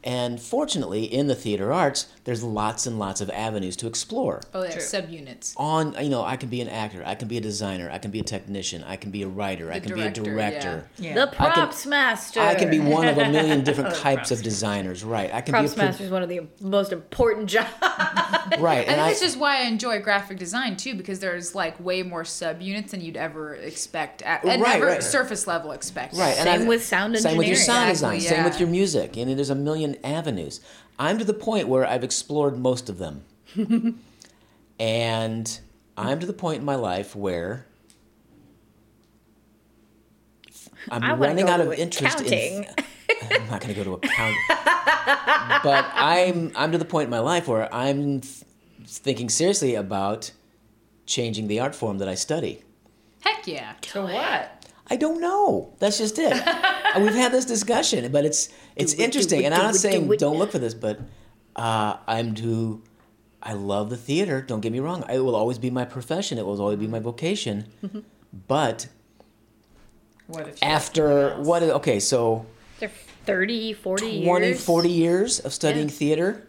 And fortunately, in the theater arts, there's lots and lots of avenues to explore.
Oh, yeah, subunits.
On you know, I can be an actor, I can be a designer, I can be a technician, I can be a writer, I can
director,
be a
yeah.
director.
Yeah.
The
I can-
props master.
I can be one of a million different types of designers, right? I can be
Props
a pro-
master is one of the most important jobs.
right, and
I think
I,
that's just why I enjoy graphic design too, because there's like way more subunits than you'd ever expect, at, and
Right,
never
right.
surface level expect.
right, and
Same
I-
with sound
same with your
engineering.
sound
Exactly,
design, same with
yeah.
your music. I mean, there's a million avenues. I'm to the point where I've explored most of them, and I'm to the point in my life where. I'm
I wanna
running
go
out
to
of interest in
accounting.
I'm not going to go to a pound. but I'm I'm to the point in my life where I'm th- thinking seriously about changing the art form that I study.
Heck yeah.
So what?
I don't know. That's just it. And We've had this discussion, but it's it's interesting. and I'm not saying do not look for this, but uh, I'm to. I love the theater. Don't get me wrong. It will always be my profession. It will always be my vocation. but
What if you
after what? Okay, so
They're 30, 40
20,
years.
40 years of studying
Yeah.
theater.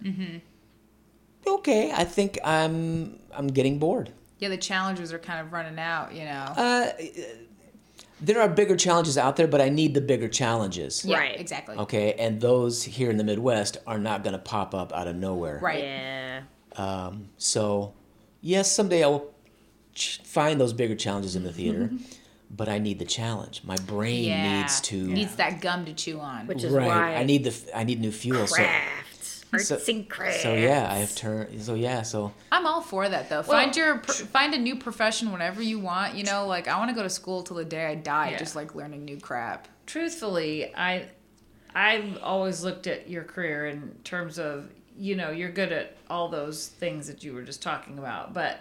Okay, I think I'm I'm getting bored. Uh,
Yeah, the challenges are kind of running out, you know.
There are bigger challenges out there, but I need the bigger challenges.
yeah,
right.
Exactly.
Okay, and those here in the Midwest are not going to pop up out of nowhere. Um,
Right.
Yeah.
So, yes, someday I will ch- find those bigger challenges in the theater, but I need the challenge. My brain
Yeah.
needs to
Needs that gum to chew on.
Which is why
right. I need the f- I need new fuel.
crafts. Arts
So,
and crafts.
so yeah, I have turned. So yeah, so
I'm all for that though. find your pr- find a new profession whenever you want. You know, like I want to go to school till the day I die,
Yeah.
just like learning new crap.
truthfully, I I've always looked at your career in terms of you know you're good at all those things that you were just talking about, but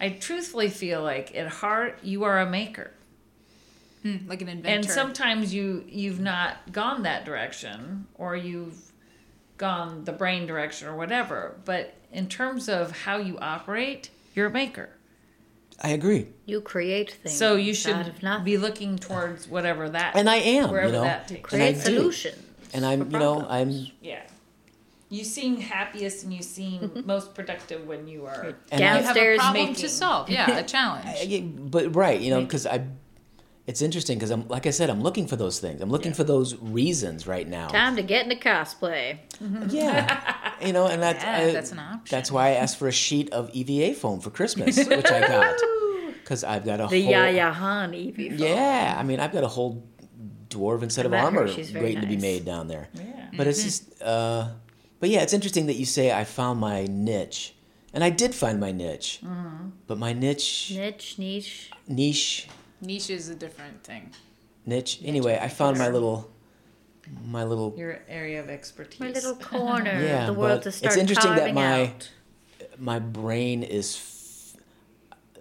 I truthfully feel like at heart you are a maker,
Like an
and
inventor.
sometimes you you've not gone that direction or you've gone the brain direction or whatever. But in terms of how you operate, you're a maker.
I agree,
You create things.
So you
out
should
of nothing.
be looking towards whatever that
and I am.
wherever
you know,
that takes.
and I
create
do.
solutions.
and I'm
for
you know
problems.
I'm
Yeah. You seem happiest and you
Mm-hmm.
seem most productive when you are.
and I-
you have a
downstairs
problem
making.
to solve. Yeah, a challenge.
I, get- eh, but right, you know, because I, it's interesting because I'm like I said, I'm looking for those things. I'm looking for those reasons right now.
Time to get into cosplay.
Yeah, you know, and that's
Yeah,
I-
that's an option.
That's why I asked for a sheet of EVA foam for Christmas, which I got because I've got a
The
whole
Yaya Han Evie. film.
yeah. I mean, I've got a whole dwarven set of
met her.
armor
She's
waiting
very
to be
nice.
made down there.
Yeah.
But it's just, uh, but yeah, it's interesting that you say I found my niche, and I did find my niche, but my niche
Niche, niche.
niche
Niche is a different thing.
niche. Anyway, I found my little, my little.
Your area of expertise.
My little corner
Yeah,
of the world
but
to
it's
start
interesting that
carving
my-
out.
My brain is. F-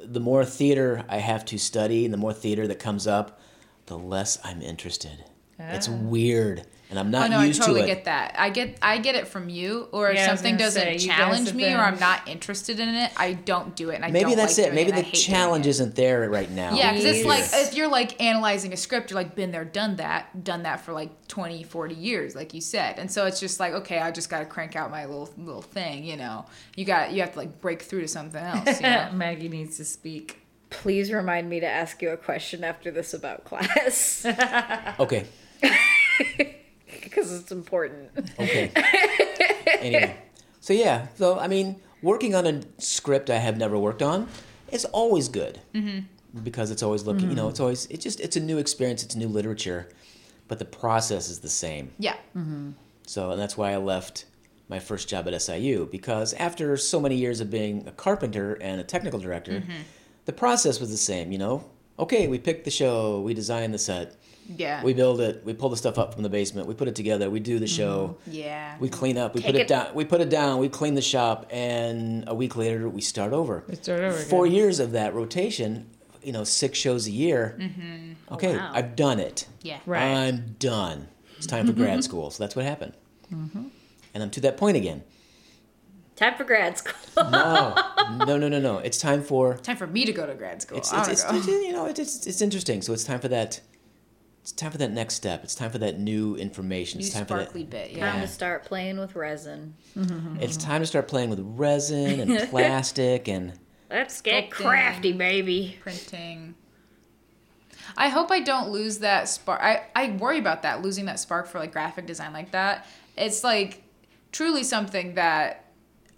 the more theater I have to study, and the more theater that comes up, the less I'm interested. It's weird, and I'm
Ah. Oh
not
no, I
used
totally
to it.
get that. I get I get it from you. Or
Yeah, I
if
was
something
gonna
doesn't
say, you guys
challenge
have
me,
been-
or I'm not interested in it, I don't do it. And I
Maybe
don't
that's
like
it.
doing
Maybe
and I
the
hate doing
challenge
it.
isn't there right now.
Yeah, because it's like
Yes.
if you're like analyzing a script, you're like been there, done that, done that for like 20, 40 years, like you said, and so it's just like okay, I just got to crank out my little little thing, you know. You got you have to like break through to something else. You know?
Maggie needs to speak.
Please remind me to ask you a question after this about class
uh,
okay,
because it's important.
okay. anyway, so yeah, so I mean, working on a script I have never worked on is always good
Mm-hmm.
because it's always looking. You know, it's always it just it's a new experience. It's new literature, but the process is the same.
Yeah,
So, and that's why I left my first job at SIU because after so many years of being a carpenter and a technical director, the process was the same. You know, okay, we picked the show, we designed the set.
yeah,
We build it. We pull the stuff up from the basement. We put it together. We do the show.
yeah.
We clean up. We
Take
put it,
it-
down. We put it down. We clean the shop, and a week later we start over.
We start over
Four
again.
years of that rotation. You know, six shows a year. Mm-hmm. Okay,
wow.
I've done it.
yeah.
Right.
I'm done. It's time for grad school. So that's what happened. And I'm to that point again.
Time for grad school.
No, no, no, no, no. It's time for
Time for me to go to grad school.
it's
I
it's,
wanna
it's,
go.
you know it's, it's it's interesting. So it's time for that it's time for that next step. It's time for that new information.
New
It's time for that.
sparkly bit. Yeah.
Time to start playing with resin.
It's time to start playing with resin and plastic and
Let's get
Sculpting.
crafty, baby.
printing. I hope I don't lose that spark. I, I worry about that, losing that spark for like graphic design like that. It's like truly something that,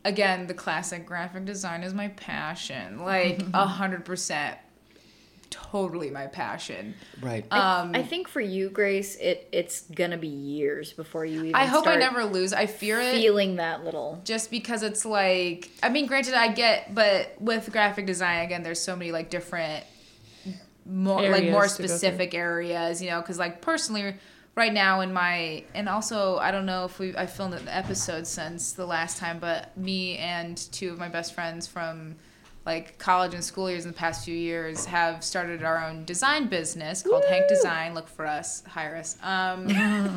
again, the classic graphic design is my passion. Like a 100% totally my passion.
right.
Um, I think for you, Grace, it it's gonna be years before you even.
I hope I
start
never lose. I fear it.
feeling that little.
just because it's like i mean granted i get but with graphic design again there's so many like different more like
Areas
more
to go through.
specific areas you know because like personally right now in my and also i don't know if we i filmed an episode since the last time but me and two of my best friends from like college and school years in the past few years have started our own design business called hank design look for us hire us um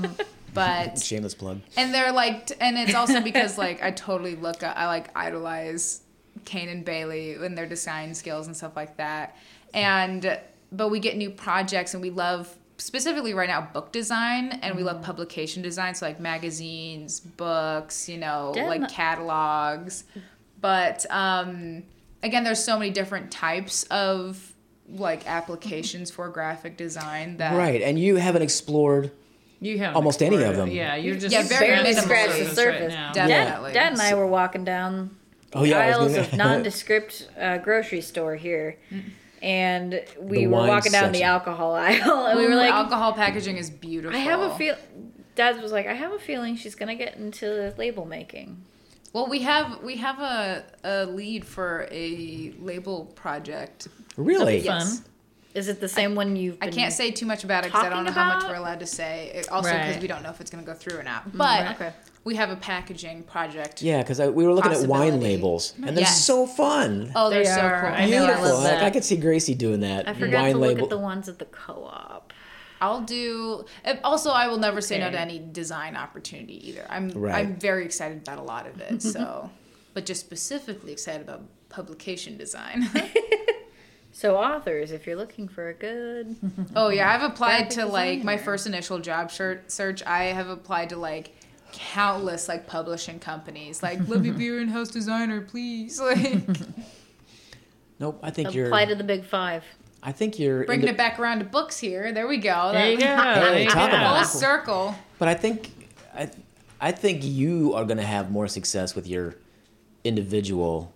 but
Shameless plug.
and they're like, t- and it's also because like I totally look, up, I like idolize Kane and Bailey and their design skills and stuff like that. And but we get new projects and we love specifically right now book design and we love
Mm-hmm.
publication design, so like magazines, books, you know,
Dem-
like catalogs. But um, again, there's so many different types of like applications for graphic design that
Right, and you haven't explored.
You have
Almost any of them.
Yeah, you're just
Yeah, very
barely
minimal
scratching
surface
right now.
Def- Definitely.
Dad, Dad and I were walking down
Oh yeah, I was
aisles
gonna-
of nondescript uh, grocery store here, and we
The
were
wine
walking down the
section.
alcohol aisle, and we were
Ooh,
like,
alcohol packaging is beautiful.
"I have a feel." Dad was like, "I have a feeling she's gonna get into label making."
Well, we have we have a a lead for a label project.
really.
Fun.
Yes.
Is it the same one you've?
I
been-
can't say too much about it because I don't
Talking
know how much
about-
we're allowed to say. It- also, because
Right.
we don't know if it's going to go through or not. But
okay.
we have a packaging project.
Yeah, because we were looking at wine
Possibility.
labels, and they're
Yes.
so fun.
Oh, they're
They
so
are.
cool.
I know, I love
Beautiful. Like,
that.
I could see Gracie doing that.
I forgot
wine
to look
label.
at the ones at the co-op.
I'll do. and Also, I will never say no
Okay.
to any design opportunity either. I'm
Right.
I'm very excited about a lot of it. So, but just specifically excited about publication design.
So authors, if you're looking for a good,
Oh yeah, I've applied to
design
like my
there.
first initial job shirt search. I have applied to like countless like publishing companies. Like, let me be your in-house designer, please. Like,
nope, I think you're.
apply to the big five.
I think you're.
bringing
into-
it back around to books here. There we go.
There you go. there you
talk
go.
about
Full
it.
circle.
But I think, I, I think you are going to have more success with your individual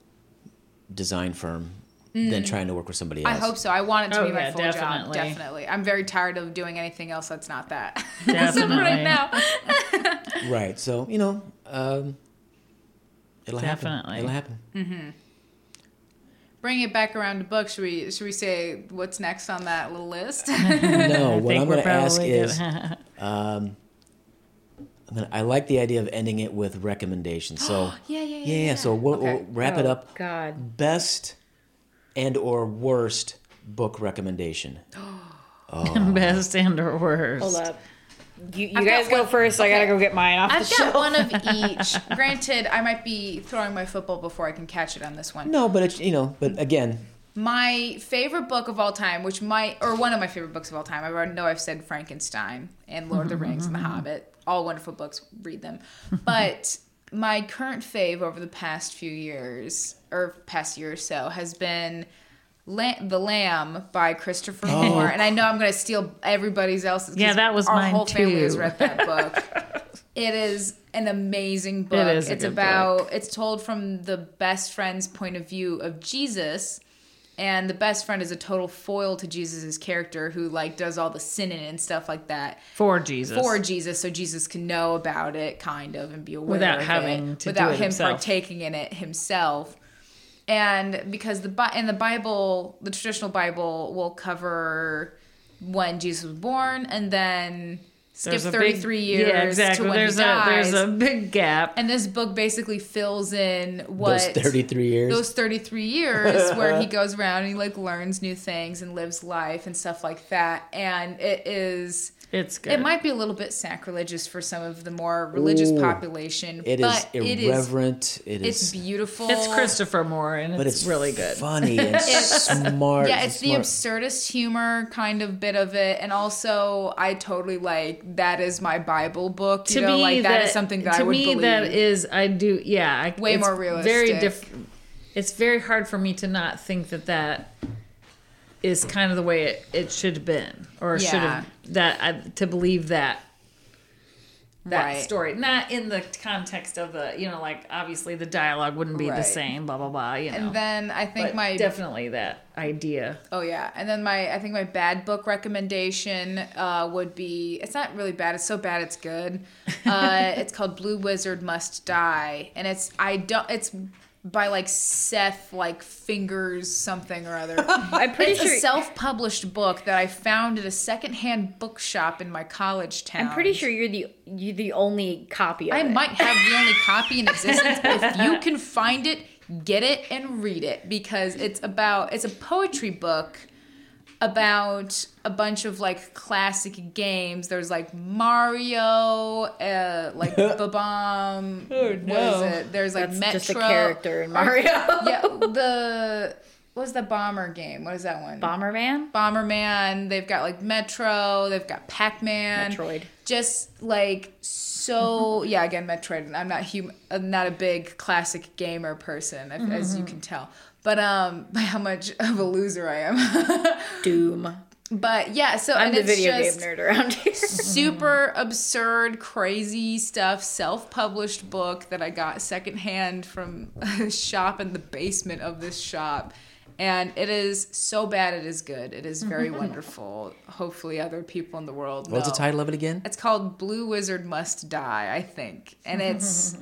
design firm than trying to work with somebody
I
else.
hope so. I want it to
Oh,
be my
yeah,
full job.
definitely.
Definitely. I'm very tired of doing anything else that's not that. so
Definitely.
right now.
Right. So you know, um, it'll happen.
Definitely.
It'll happen.
Bring it back around to books. Should we should we say what's next on that little list?
No,
I
Oh, what
think
I'm
we're
going to ask
probably
is,
good.
I'm gonna, I like the idea of ending it with recommendations. So
yeah, yeah, yeah,
yeah, yeah. So we'll,
Okay.
we'll wrap it
Oh,
up.
God,
Best and or worst book recommendation. Oh.
best and or worst.
hold up. You, you
I've got
guys go
one-
first. I
okay.
gotta go get mine off
I've
the
got
shelf.
one of each. Granted, I might be throwing my football before I can catch it on this one.
No, but it's you know, but again,
My favorite book of all time, which might, or one of my favorite books of all time, I already know I've said Frankenstein and Lord of the Rings and The
Mm-hmm.
Hobbit, all wonderful books, read them. But my current fave over the past few years, or past year or so, has been La- The Lamb by Christopher Moore. And I know I'm going to steal everybody's else's. 'cause
Oh. Yeah, that was
Our
mine
whole family has
too.
read that book. It is an amazing book.
is a
it's
good
about it's told from the best friend's point of view of Jesus, and the best friend is a total foil to Jesus' character who like does all the sinning and stuff like that
For Jesus.
for Jesus, so Jesus can know about it, kind of, and be aware
Without
of
having
it,
to do
without
it
him
himself.
partaking in it himself. And because the Bi- and the Bible, the traditional Bible will cover when Jesus was born, and then skip
There's a
thirty three
big-
years
Yeah, exactly.
to when
there's
he dies.
a there's a big gap.
and this book basically fills in what
those 33 years.
those 33 years where he goes around and he like learns new things and lives life and stuff like that and it is
It's good.
It might be a little bit sacrilegious for some of the more religious
Ooh.
population,
It is
but it is
irreverent. It is.
it's beautiful.
It's Christopher Moore, and
but
it's,
it's
really good.
Funny and smart.
Yeah, it's the
smart.
absurdist humor kind of bit of it, and also I totally like that is my Bible book. You know, like that is something that
to
I would
me
believe.
that is I do yeah I,
Way
it's
more
Very
realistic.
It's very hard for me to not think that that is kind of the way it, it should have been or should
Yeah.
have that I, to believe that that
Right.
story not in the context of the you know like obviously the dialogue wouldn't be the
Right.
same blah blah blah you know
and then I think
but
my
definitely that idea
Oh yeah, and then my I think my bad book recommendation uh, would be it's not really bad. It's so bad it's good. Uh, it's called Blue Wizard Must Die, and it's I don't it's by like Seth like fingers something or other.
I'm pretty
it's
sure.
a self-published book that I found at a secondhand bookshop in my college town.
I'm pretty sure you're the you're the only copy. Of
I
it.
might have the only copy in existence. If you can find it, get it and read it because it's about it's a poetry book about a bunch of like classic games. There's like Mario, uh, like the bomb. Oh
no.
it? There's like
That's
Metro.
just a character in Mario.
yeah, the what was the bomber game? What is that one?
Bomberman.
Bomberman. They've got like Metro. They've got Pac Man.
Metroid. Mm-hmm.
Just like so, yeah. Again, Metroid. And I'm not human. I'm not a big classic gamer person, if- as
Mm-hmm.
you can tell. But um, by how much of a loser I am.
Doom.
but yeah, so
I'm
and
the
it's
video
just,
game nerd around here.
super absurd, crazy stuff, self published book that I got secondhand from a shop in the basement of this shop. And it is so bad, it is good. It is very
Mm-hmm.
wonderful. Hopefully, other people in the world
What's
know.
the title of it again?
It's called Blue Wizard Must Die, I think. And it's.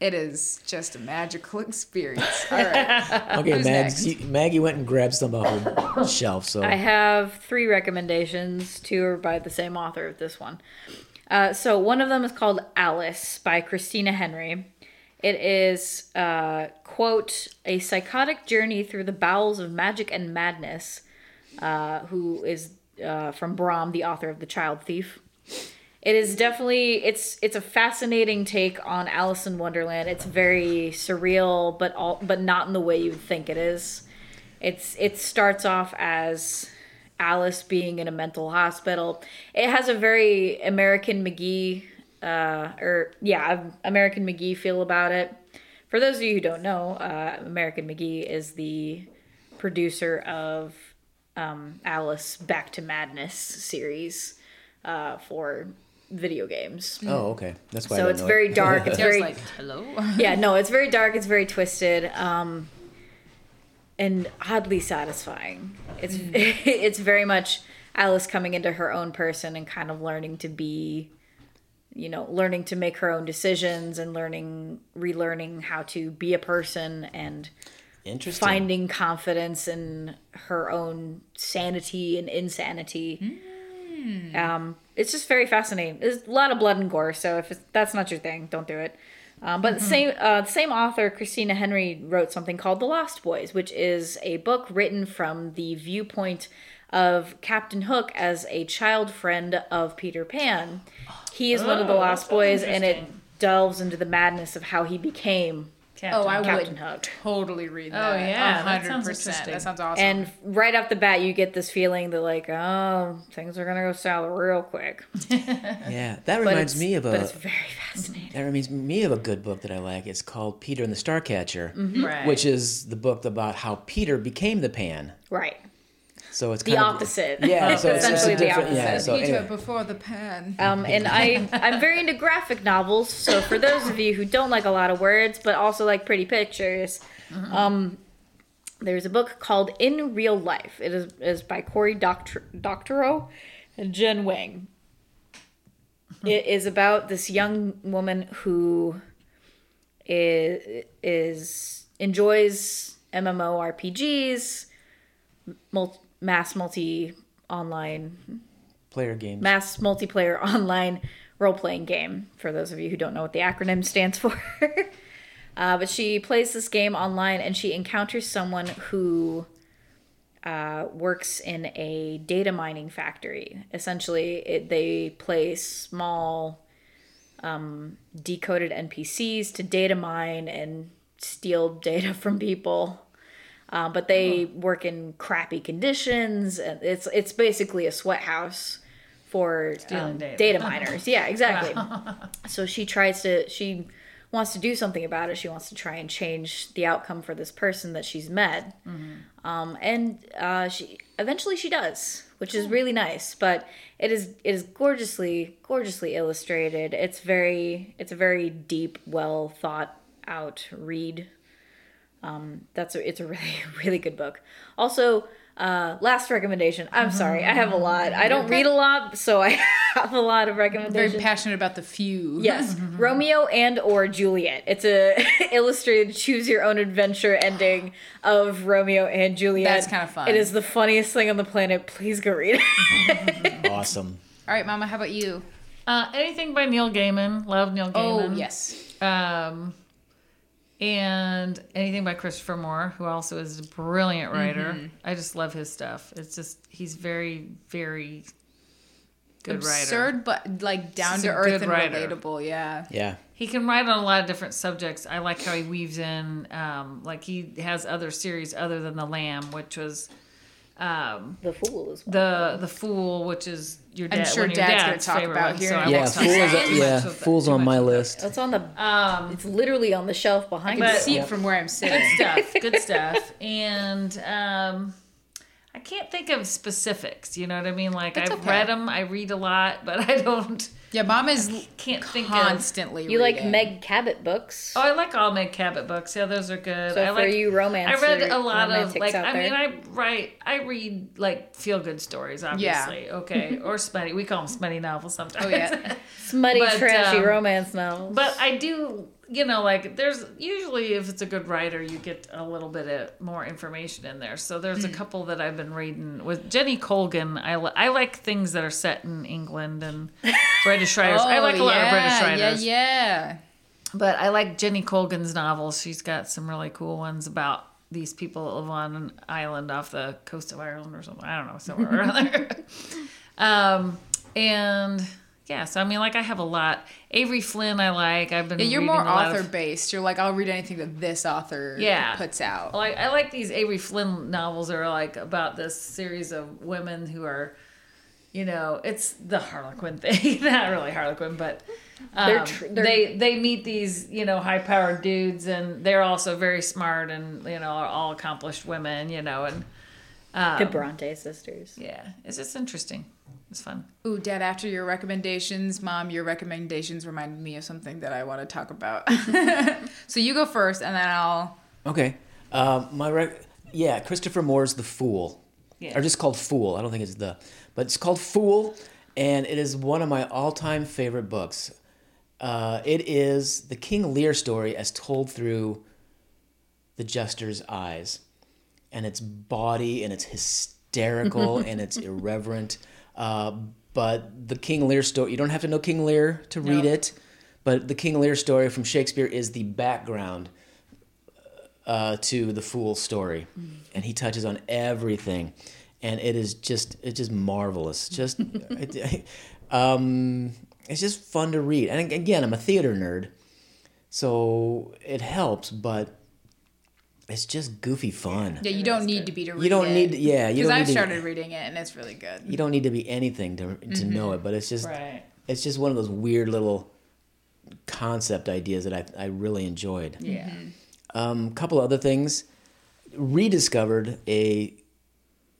It is just a magical experience. All right.
Okay,
Who's
Mag,
next?
you- Maggie went and grabbed some off her shelf. So
I have three recommendations. Two are by the same author of this one. Uh, so one of them is called Alice by Christina Henry. It is, uh, quote, a psychotic journey through the bowels of magic and madness, uh, who is uh, from Brahm, the author of The Child Thief. It is definitely it's it's a fascinating take on Alice in Wonderland. It's very surreal, but all but not in the way you would think it is it's it starts off as Alice being in a mental hospital. It has a very American McGee, uh, or yeah, American McGee feel about it. For those of you who don't know, uh, American McGee is the producer of um, Alice Back to Madness series uh, for video games.
oh, okay, that's why. I
So
didn't
it's
know it.
very dark. It's very
like, hello?
yeah, no, it's very dark. It's very twisted, um, and oddly satisfying. It's it's very much Alice coming into her own person and kind of learning to be, you know, learning to make her own decisions and learning, relearning how to be a person and
interesting.
finding confidence in her own sanity and insanity. Um, it's just very fascinating. There's a lot of blood and gore, so if it's, that's not your thing, don't do it. Um, but the same uh, the same author, Christina Henry, wrote something called The Lost Boys, which is a book written from the viewpoint of Captain Hook as a child friend of Peter Pan. He is one of the
Oh,
Lost
that's
Boys, and it
interesting.
delves into the madness of how he became
Captain.
Oh, I
Captain
would
Hook.
totally read
Oh,
that.
yeah, that
100%.
sounds interesting.
That sounds awesome.
And right off the bat, you get this feeling that like, oh, things are gonna go south real quick.
yeah, that
But
reminds
it's-
me of
But
a
it's very fascinating.
that reminds me of a good book that I like. It's called Peter and the Starcatcher,
right
which is the book about how Peter became the Pan.
Right.
So it's
The
kind
opposite.
Of, yeah, so it's just a
Essentially the
different. Yeah,
opposite.
so anyway,
before the pen.
Um, and I, I'm very into graphic novels. So for those of you who don't like a lot of words, but also like pretty pictures, um, there's a book called In Real Life. It is, is by Cory Doctor- Doctorow and Jen Wang. It is about this young woman who is, is enjoys MMORPGs, multi, mass multi online
player games.
mass multiplayer online role playing game. For those of you who don't know what the acronym stands for, uh, but she plays this game online and she encounters someone who uh, works in a data mining factory. Essentially, it, they play small um, decoded NPCs to data mine and steal data from people. Uh, but they work in crappy conditions. and It's it's basically a sweat house for um,
data.
data. miners. Yeah, exactly. so she tries to she wants to do something about it. She wants to try and change the outcome for this person that she's met. Um, and uh, she eventually she does, which is really nice. But it is it is gorgeously gorgeously illustrated. It's very it's a very deep, well thought out read Um, that's a, it's a really really good book. Also, uh, last recommendation. I'm sorry, I have a lot. I don't read a lot, so I have a lot of
Very
recommendations.
passionate about the few.
Yes, Romeo and or Juliet. It's a illustrated choose your own adventure ending of Romeo and Juliet.
That's kinda fun.
It is the funniest thing on the planet. Please go read it.
Awesome.
All right, Mama. How about you?
Uh, anything by Neil Gaiman. Love Neil Gaiman.
Oh yes.
Um, and anything by Christopher Moore, who also is a brilliant
Mm-hmm.
writer. I just love his stuff. It's just he's very, very good writer.
Absurd, but like down
is
to
a
earth
good
and
writer.
relatable. Yeah.
Yeah.
He can write on a lot of different subjects. I like how he weaves in, um, like he has other series other than The Lamb, which was um,
The Fool is one.
the the Fool, which is your
I'm
dad.
sure
one of your
Dad's gonna
dad's
talk
favorite
about
ones,
here
so
in
I
a
won't
Yeah,
talk
Fool's-
too much
yeah,
of that-
Fool's
too
on
much
my
of that.
list.
it's on the
Um,
it's literally on the shelf behind
But-
us.
See it from where I'm
good
sitting.
stuff good stuff and um i can't think of specifics you know what i mean like
That's
i've 'em,
okay.
read them i read a lot but i don't
yeah, Mom is
can't think of
constantly.
You like
reading.
Meg Cabot books?
Oh, I like all Meg Cabot books. Yeah, those are good.
So
I
for
like
you
I
romance
read a
or
lot of
romantics
like.
out
I mean,
there.
I write. I read like feel good stories, obviously. Okay, or smutty. We call them smutty novels sometimes.
Oh yeah.
smutty,
But,
trashy
um,
romance novels.
But I do, you know, like there's usually if it's a good writer, you get a little bit of more information in there. So there's a
Mm.
couple that I've been reading with Jenny Colgan. I, li- I like things that are set in England and British writers. I like a lot of British
Oh, yeah,
writers,
Yeah,
but I like Jenny Colgan's novels. She's got some really cool ones about these people that live on an island off the coast of Ireland or something. I don't know somewhere or other. Um, and yeah, so I mean, like I have a lot. Avery Flynn, I like. I've been.
yeah. You're
Mm, reading
more
a lot
author
of-
based. You're like, I'll read anything that this author
Yeah.
puts out.
like I like these Avery Flynn novels that are like about this series of women who are, you know, it's the Harlequin thing, not really Harlequin, but um,
They're tr- they're-
they they meet these you know high powered dudes and they're also very smart and you know are all accomplished women, you know, and
oh.
the Bronte sisters.
yeah, it's just interesting. It's fun.
Ooh, Dad. After your recommendations, Mom, your recommendations reminded me of something that I want to talk about. so you go first, and then I'll.
Okay. Um, my rec- yeah, Christopher Moore's The Fool.
Yeah.
Or just called Fool. I don't think it's the, but it's called Fool, and it is one of my all-time favorite books. Uh, it is the King Lear story as told through the jester's eyes, and its body, and it's hysterical, and it's irreverent. Uh, but the King Lear story, you don't have to know King Lear to read it, but the King Lear story from Shakespeare is the background uh, to the fool story, and he touches on everything, and it is just it's just marvelous. Just it, um, it's just fun to read. And again, I'm a theater nerd, so it helps, but it's just goofy fun.
Yeah, you don't need to be to read.
You don't
it.
need to- yeah, you
Because
don't
I've
need to-
started reading it, and it's really good.
You don't need to be anything to to know it, but it's just it's just one of those weird little concept ideas that I I really enjoyed.
Yeah.
Um, couple other things. Rediscovered a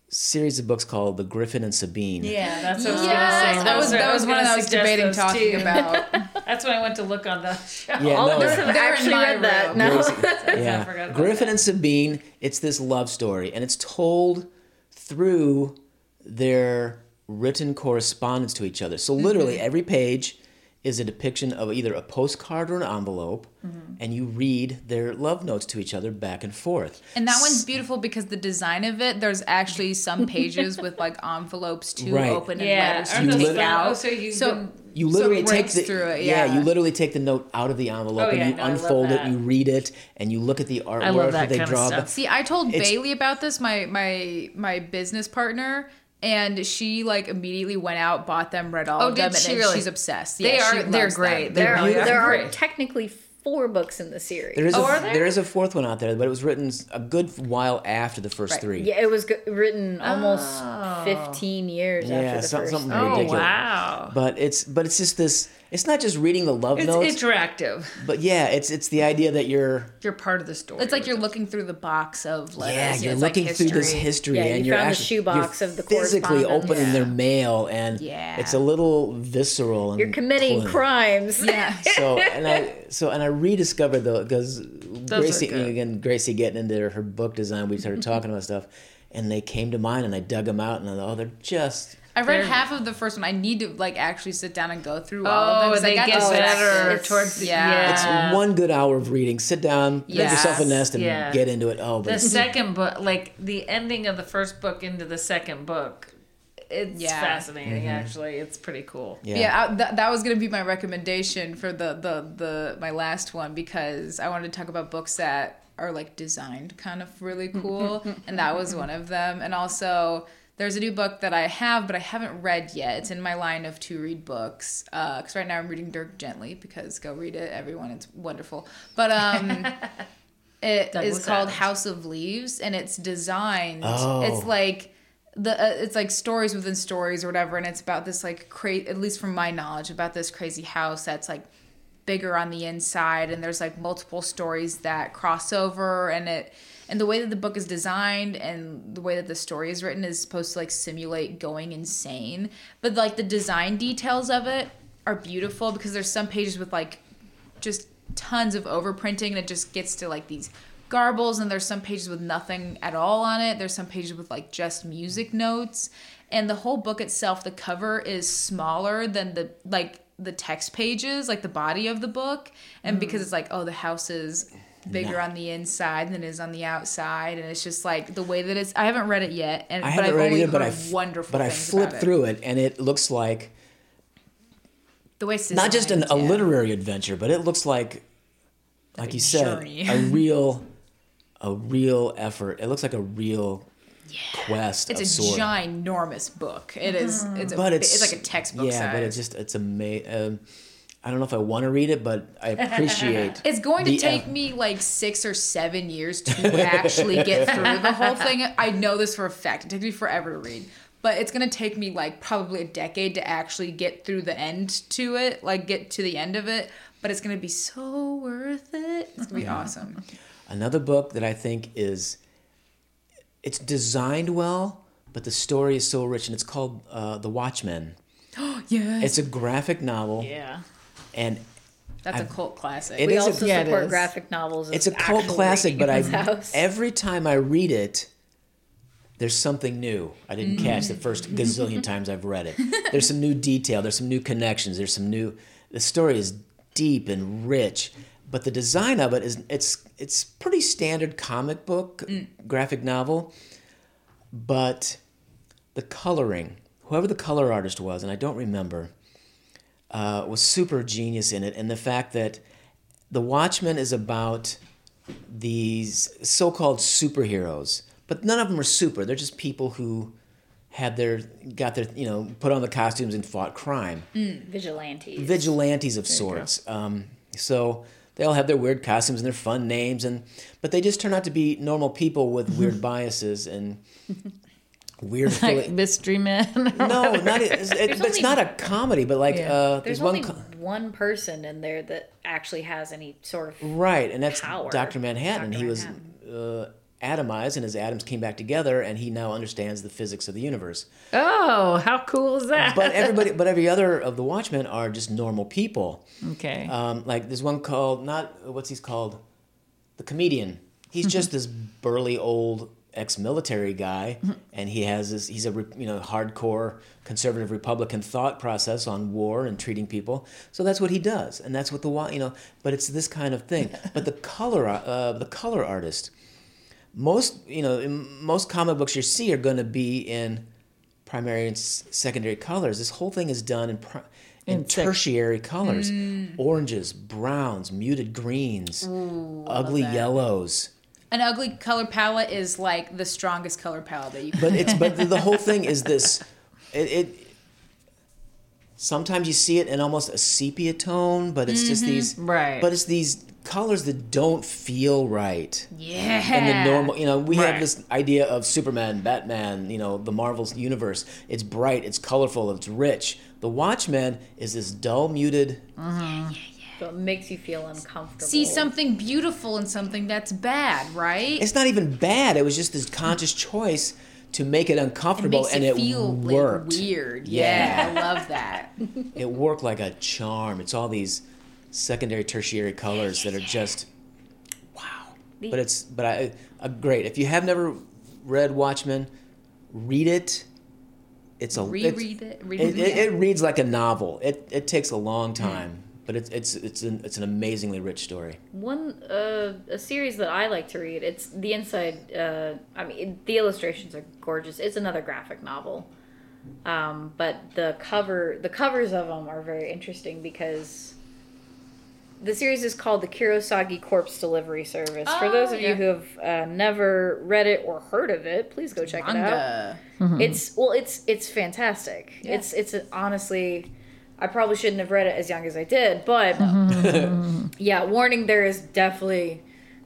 series of books called The Griffin and Sabine.
Yeah, that's what I was
Yes,
gonna say.
that was
Those are-
that was one
gonna
that I was
suggest
debating
those
talking
two.
about.
That's when I went to look on the shelf.
Yeah,
All
no,
of us
it's-
have
Oh, They're in
actually
my
read that.
room.
No.
I forgot
yeah.
about
Griffin and Sabine, it's this love story, and it's told
Mm-hmm.
through their written correspondence to each other. So literally every page is a depiction of either a postcard or an envelope,
Mm-hmm.
and you read their love notes to each other back and forth.
And that one's beautiful because the design of it, there's actually some pages with like envelopes to
Right.
open and
Yeah,
letters
aren't Oh,
to
those
take
photos?
out.
So you can-
You literally
it
take
breaks
the
through it,
you
yeah.
literally take the note out of the envelope
Oh, yeah,
and you
no, I love
unfold it,
that.
you read it, and you look at the artwork
love that
they
kind of
draw.
stuff.
but
See, I told
It's-
Bailey about this, my my my business partner, and she like immediately went out, bought them, read all
Oh,
of
did
them, and
she
then
really?
she's obsessed.
They
Yeah, she
are- they're
loves
great.
them.
There are,
beautiful.
there are
Great.
technically four books in the series.
There is,
Oh,
a,
are there?
there is a fourth one out there, but it was written a good while after the first
Right.
three.
yeah, it was g- written almost
Oh.
15 years
Yeah,
after the
some-
first.
something
Oh
ridiculous.
wow.
But it's but it's just this. It's not just reading the love
It's
notes,
interactive.
but yeah, it's it's the idea that you're
You're part of the story.
It's like you're looking through the box of letters.
yeah, you're
it's like
looking through this history
Yeah, you
and you're
found the
actually
shoebox
you're
of the
physically
correspondence.
opening their mail and
Yeah.
it's a little visceral. And
You're committing
clean.
crimes.
Yeah.
so and I so and I rediscovered though because Gracie
good.
again Gracie getting into her book design we started talking about stuff and they came to mind and I dug them out and I thought, oh they're just
I read
They're-
half of the first one. I need to like actually sit down and go through all of them.
Oh,
'cause I
they
got
get
distracted.
better
It's-
towards the
yeah.
yeah.
It's
one good hour of reading sit down make
Uh, Yeah.
yourself a nest and
Yeah.
get into it oh but
the
it's-
second book, like the ending of the first book into the second book, it's
Yeah.
fascinating. Actually, it's pretty cool.
yeah.
Yeah, I, th- that was gonna be my recommendation for the, the the my last one because I wanted to talk about books that are like designed kind of really cool, and that was one of them. And also, there's a new book that I have but I haven't read yet. It's in my line of to read books because right now I'm reading Dirk Gently because go read it, everyone. It's wonderful, but um. It is
Douglas
called
Adams.
House of Leaves, and it's designed.
Oh.
It's like the uh, it's like stories within stories or whatever, and it's about this like crazy. At least from my knowledge, about this crazy house that's like bigger on the inside, and there's like multiple stories that cross over, and it and the way that the book is designed and the way that the story is written is supposed to like simulate going insane, but like the design details of it are beautiful because there's some pages with like just tons of overprinting and it just gets to like these garbles and there's some pages with nothing at all on it there's some pages with like just music notes and the whole book itself the cover is smaller than the like the text pages like the body of the book
Hmm.
and because it's like oh the house is bigger
Nah.
on the inside than it is on the outside and it's just like the way that it's i haven't read it yet and
I
but
haven't
i've
read it
only
yet, but I
heard
f-
wonderful
but I
things
flipped
about it.
through it and it looks like
the way it's
not just an, a
designed, yeah.
literary adventure, but it looks like, like you said,
journey.
a real, a real effort. It looks like a real quest
it's
of
a
sort.
ginormous book it is it's a,
but
it's,
it's
like a textbook
Yeah,
size.
but it's just it's amazing. Um, I don't know if I want to read it, but I appreciate.
It's going to
the
take
eff-
me like six or seven years to actually get through the whole thing. I know this for a fact. It takes me forever to read. But it's gonna take me like probably a decade to actually get through the end to it, like get to the end of it. But it's gonna be so worth it. It's gonna be awesome.
Another book that I think is, it's designed well, but the story is so rich, and it's called uh, The Watchmen.
Yeah.
It's a graphic novel,
Yeah.
and
That's a
I've-
cult classic.
it
We
is a-
also
yeah, it
support
is.
graphic novels. as
it's a cult
actual
classic,
reading
but I
in this house.
every time I read it, there's something new I didn't
Mm-hmm.
catch the first gazillion times I've read it. There's some new detail. There's some new connections. There's some new. The story is deep and rich, but the design of it is it's it's pretty standard comic book
Mm.
graphic novel, but the coloring, whoever the color artist was, and I don't remember, uh, was super genius in it, and the fact that the Watchmen is about these so-called superheroes, but none of them are super. They're just people who had their got their you know put on the costumes and fought crime,
vigilantes.
vigilantes of sorts. Um, so they all have their weird costumes and their fun names, and but they just turn out to be normal people with weird biases and weird.
Like
affili-
mystery men.
no, not e- it's, it, but it's
only-
not a comedy, but like
Yeah.
uh,
There's
there's, one.
only
co-
one person in there that actually has any sort of
Right, and that's
power.
Doctor Manhattan.
Dr.
He was uh, atomized, and his atoms came back together, and he now understands the physics of the universe.
oh, how cool is that?
But everybody, but every other of the Watchmen are just normal people.
okay.
Um, like there's one called not what's he's called, the comedian. He's just this burly old ex-military guy, and he has this. He's a re- you know hardcore conservative Republican thought process on war and treating people. So that's what he does, and that's what the wa- you know. But it's this kind of thing. But the color, uh, the color artist, most you know, in most comic books you see are going to be in primary and s- secondary colors. This whole thing is done in. Pri- in
In sec- Mm.
tertiary colors, oranges, browns, muted greens, ugly yellows.
An ugly color palette is like the strongest color palette that you can.
But it's but the whole thing is this. It, it sometimes you see it in almost a sepia tone, but it's just these
Mm-hmm. Right.
But it's these colors that don't feel right.
yeah.
And the normal, you know, we have
Right.
this idea of Superman, Batman, you know, the Marvel universe. It's bright, it's colorful, it's rich. The Watchmen is this dull, muted.
So it makes you feel uncomfortable.
See something beautiful in something that's bad, right?
It's not even bad. It was just this conscious choice to make it uncomfortable, and it
like,
worked.
weird.
Yeah.
Yeah. I love that.
it worked like a charm. It's all these secondary, tertiary colors that are just wow. But it's but I uh, great. If you have never read Watchmen, read it. It's a it's-
Reread it. Read
It,
it.
it, it reads like a novel. It it takes a long time, but it's it's it's an it's an amazingly rich story.
one uh, a series that I like to read. It's the inside. Uh, I mean, it- the illustrations are gorgeous. It's another graphic novel, um, but the cover the covers of them are very interesting because the series is called the Kurosagi Corpse Delivery Service. For
Oh,
those of you
yeah.
who have uh, never read it or heard of it, please go check it out.
Manga.
It's well, it's it's fantastic. It's it's a, honestly, I probably shouldn't have read it as young as I did, but yeah, warning: there is definitely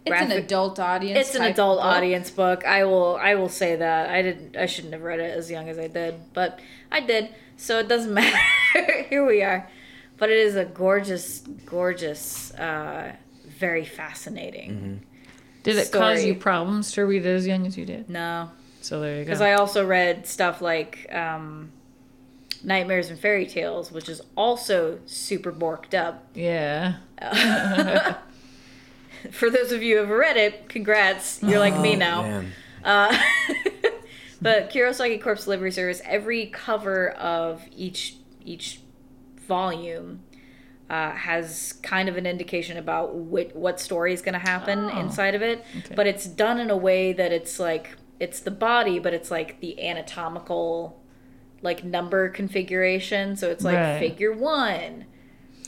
It's an
graphic-
adult audience.
It's an
type
adult
book.
audience book. I will I will say that I didn't I shouldn't have read it as young as I did, but I did, so it doesn't matter. Here we are, but it is a gorgeous, gorgeous, uh, very fascinating.
Did it cause
Story.
you problems to read it as young as you did?
No,
So there you go.
Because I also read stuff like um, Nightmares and Fairy Tales, which is also super borked up.
yeah.
For those of you who have read it, congrats. You're like
Oh,
me now.
Man.
Uh, But Kurosaki Corpse Delivery Service, every cover of each each volume uh, has kind of an indication about what what story is going to happen
Oh,
inside of it. But it's done in a way that it's like it's the body, but it's like the anatomical like number configuration. So it's like
Right.
figure one.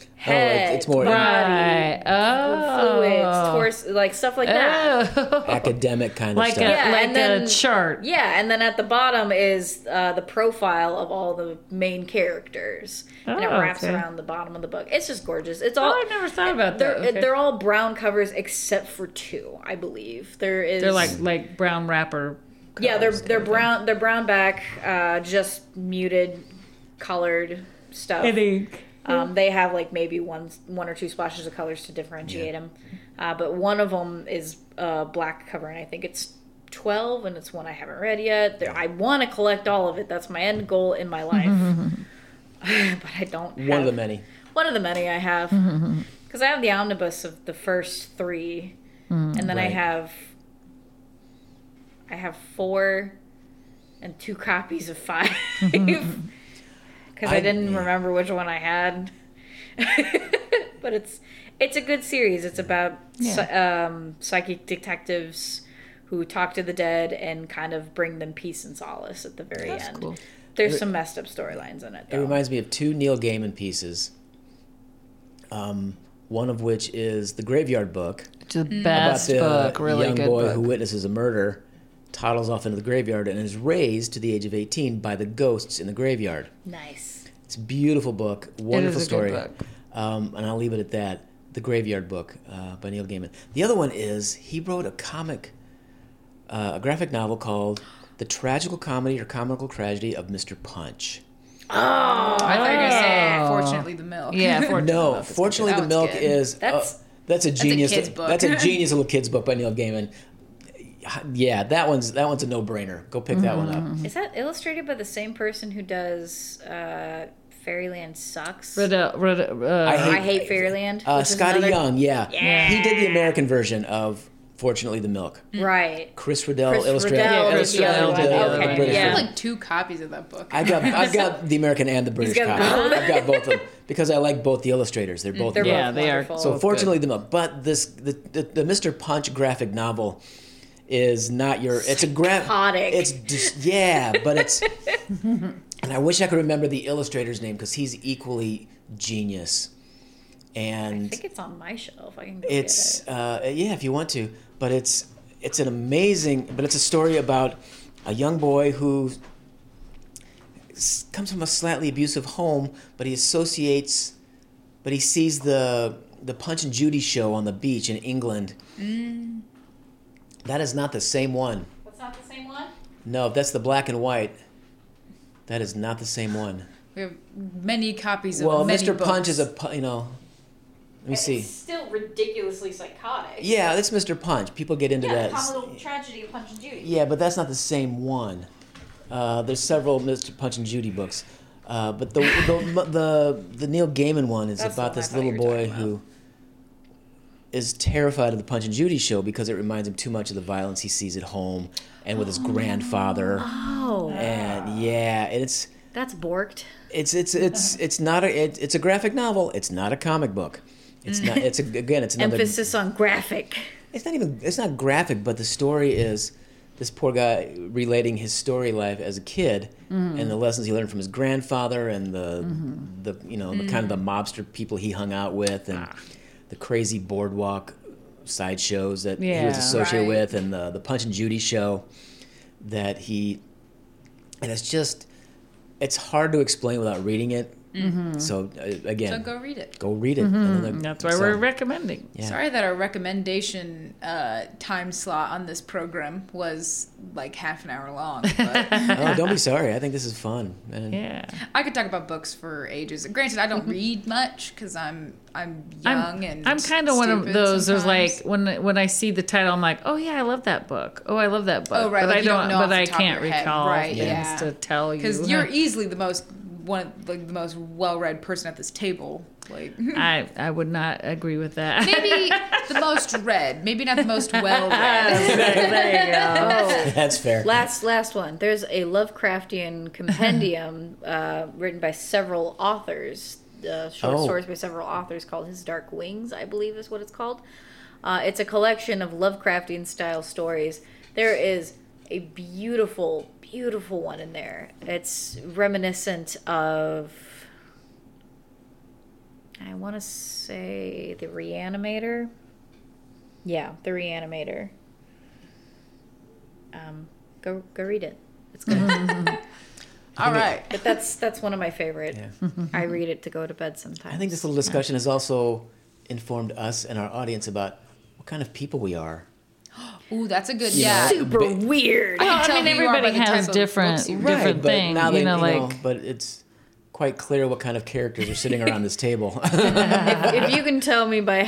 Oh,
Head,
it, it's more
Right. Oh.
fluids, torso, like stuff like that.
Oh.
academic kind
like
of
a
stuff.
Yeah,
like
and then-
a chart.
Yeah, and then at the bottom is uh, the profile of all the main characters, and it
Oh,
wraps
okay.
around the bottom of the book. It's just gorgeous. It's all
Oh, I've never thought about
they're
that. Okay.
they're all brown covers except for two, I believe. There is
They're like like brown wrapper.
yeah, they're
covers,
they're
kinda
brown they're brown back, uh, just muted, colored stuff.
thing. I think.
Um, they have like maybe one one or two splashes of colors to differentiate them, uh, but one of them is uh, black cover, and I think it's twelve, and it's one I haven't read yet. There, I want to collect all of it. That's my end goal in my life, but I don't. Have,
One of the many.
One of the many I have,
Mm-hmm.
because I have the omnibus of the first three,
Mm-hmm.
and then I
Right.
have I have four and two copies of five.
Mm-hmm.
Because I,
I-
didn't
yeah.
remember which one I had. but it's it's a good series. It's about psy- um, psychic detectives who talk to the dead and kind of bring them peace and solace at the very
That's
end.
cool.
There's some messed up storylines in it
It
though.
reminds me of two Neil Gaiman pieces. Um, one of which is the Graveyard Book.
It's the
Mm.
best book. Really
young
good
boy
book.
who witnesses a murder, toddles off into the graveyard, and is raised to the age of 18 by the ghosts in the graveyard.
nice.
It's a beautiful book, wonderful
a good
story.
book.
Um, and I'll leave it at that. The Graveyard Book uh, by Neil Gaiman. The other one is he wrote a comic, uh, a graphic novel called "The Tragical Comedy or Comical Tragedy of Mr. Punch."
I thought you were going to say,
Oh.
fortunately, the milk.
yeah, for,
No, fortunately, the
That
milk
one's good.
is
That's-
uh, that's a genius.
kid's book.
that's a genius little kids book by Neil Gaiman. Yeah, that one's that one's a no brainer. Go pick that one up.
Is that illustrated by the same person who does uh, Fairyland Sucks?
Riddle- Riddle- uh,
I hate-
I hate Fairyland.
Uh,
which is
Scotty
another-
Young, yeah.
Yeah.
he did the American version of Fortunately, the milk.
Right.
Chris Riddell
Chris
illustrated
Riddell
illustrated
was the other
the,
one.
the
Okay,
uh, British.
yeah.
I
version.
have like two copies of that book.
I've got I've got the American and the British
got Mm,
copy. I've got both of them because I like both the illustrators. They're both
They're
great.
Yeah,
both
they are
wonderful.
So
both
fortunately, the milk. But this the, the the Mr. Punch graphic novel is not your. It's a graph.
Psychotic.
It's just yeah, but it's. and I wish I could remember the illustrator's name because he's equally genius,
I
and
think it's on my shelf. I can go
Mm. it's
get
uh, yeah if you want to but it's it's an amazing but it's a story about a young boy who s- comes from a slightly abusive home but he associates but he sees the the punch and judy show on the beach in england
Mm.
that is not the same one
That's not the same one?
no if that's the black and white that is not the same one
We have many copies of
well
many
mr punch
books.
is a pu- you know let me see
still ridiculously psychotic.
yeah that's mr punch people get into that
tragedy of Punch and Judy.
Yeah, but that's not the same one. Uh, there's several Mr. Punch and Judy books, uh, but the, the the the Neil Gaiman one is
That's the
about
one I
this
thought you
little
were
boy
talking
who is terrified of the Punch and Judy show because it reminds him too much of the violence he sees at home and with his grandfather.
Oh,
And yeah, and it's
that's borked.
it's it's it's it's not a it, it's a graphic novel. It's not a comic book. It's not. It's a, again. It's another
Emphasis on graphic.
it's not even it's not graphic but the story is this poor guy relating his story life as a kid
Mm-hmm.
and the lessons he learned from his grandfather and the the you know
Mm.
the kind of the mobster people he hung out with and
Ah.
the crazy boardwalk sideshows that he was
Yeah.
associated
Right.
with and the the Punch and Judy show that he and it's just it's hard to explain without reading it
Mm-hmm.
so uh, again
So go read it.
go read it And then-
That's why
so-
we're recommending.
Yeah.
Sorry that our recommendation uh, time slot on this program was like half an hour long. But
oh, don't be sorry I think this is fun And-
Yeah.
I could talk about books for ages. Granted, I don't read much because I'm I'm
I'm,
young and
I'm kind of one of
stupid
those. There's
sometimes.
like when when I see the title, I'm like, oh yeah, I love that book. Oh, I love that book.
Oh, right,
But
like
I
you don't
don't.
know off
but
the
I
top of
can't
your head.
recall
Right,
things
yeah.
to tell you.
because you're easily the most one like the most well read person at this table. Like
I I would not agree with that.
maybe the most read, maybe not the most well read.
Oh.
That's fair.
Last last one. There's a Lovecraftian compendium uh, written by several authors, uh, short
Oh.
stories by several authors called His Dark Wings, I believe is what it's called. Uh, it's a collection of Lovecraftian style stories. There is a beautiful, beautiful one in there. It's reminiscent of, I want to say, The Reanimator. Yeah, The Reanimator. Um, go go read it. It's good.
All right.
But that's that's one of my favorite.
Yeah.
I read it to go to bed sometimes.
I think this little discussion has also informed us and our audience about what kind of people we are.
Ooh, that's a good
You
yeah.
know,
super
Ba-
weird.
can
Well,
tell
I mean,
who you are by
everybody
the type
has
of
different
books you read.
different things.
now
you
that-
know, like
but it's quite clear what kind of characters are sitting around this table.
if you can tell me by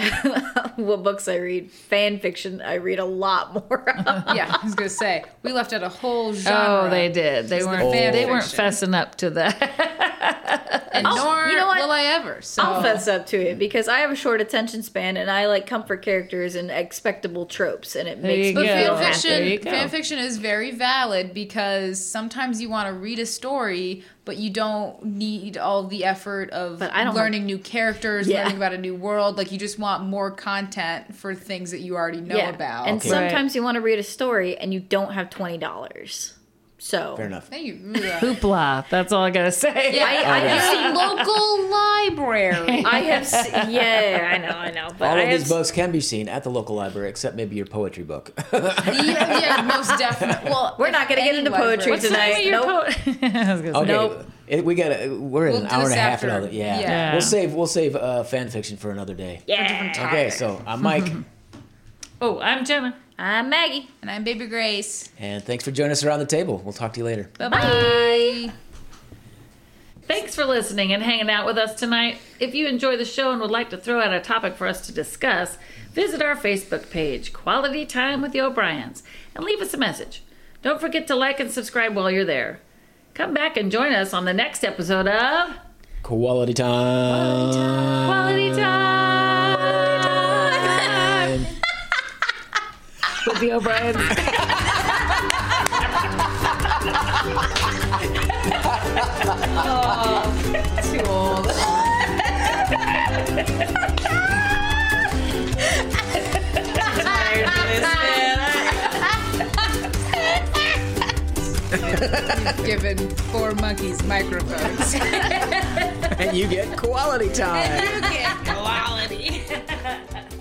what books I read, fan fiction, I read a lot more.
yeah, I was gonna say we left out a whole genre.
oh, they did. They weren't.
fan
they weren't
fiction.
fessing up to that.
And nor
you know what?
will I ever. So
I'll fess up to it because I have a short attention span and I like comfort characters and expectable tropes, and it makes
you
me
But
go.
feel
fan
Yeah. There you
fiction,
go.
fan fiction is very valid because sometimes you want to read a story, but you don't need all the effort of
But I don't
learning new characters,
Yeah.
learning about a new world. Like you just want more content for things that you already know about.
And
Okay.
sometimes you want to read a story and you don't have twenty dollars, so
Fair enough.
Thank you. Yeah.
Hoopla. That's all I gotta say.
I,
Oh,
I have seen
local library.
I have, se- yeah, I know, I know, but
All
I
of
have
these books can be seen at the local library, except maybe your poetry book.
yeah, yeah, most definitely. Well,
We're not going to get
any
into
library.
poetry
What's
Send
tonight.
me your
Nope.
po- I was gonna say.
Okay,
Nope.
it- we got. We're in an
We'll do
hour and
this
a half. for
after.
Another, yeah.
Yeah.
we'll save. We'll save uh, fan fiction for another day.
Yeah.
Okay, so I'm Mike,
Oh, I'm Jenna.
I'm Maggie.
And I'm Baby Grace.
and thanks for joining us around the table. We'll talk to you later.
Bye bye.
Thanks for listening and hanging out with us tonight. If you enjoy the show and would like to throw out a topic for us to discuss, visit our Facebook page, Quality Time with the O'Briens, and leave us a message. Don't forget to like and subscribe while you're there. Come back and join us on the next episode of
Quality time.
Quality Time.
with the O'Briens.
Too old. Given four monkeys microphones.
and you get quality time.
Quality.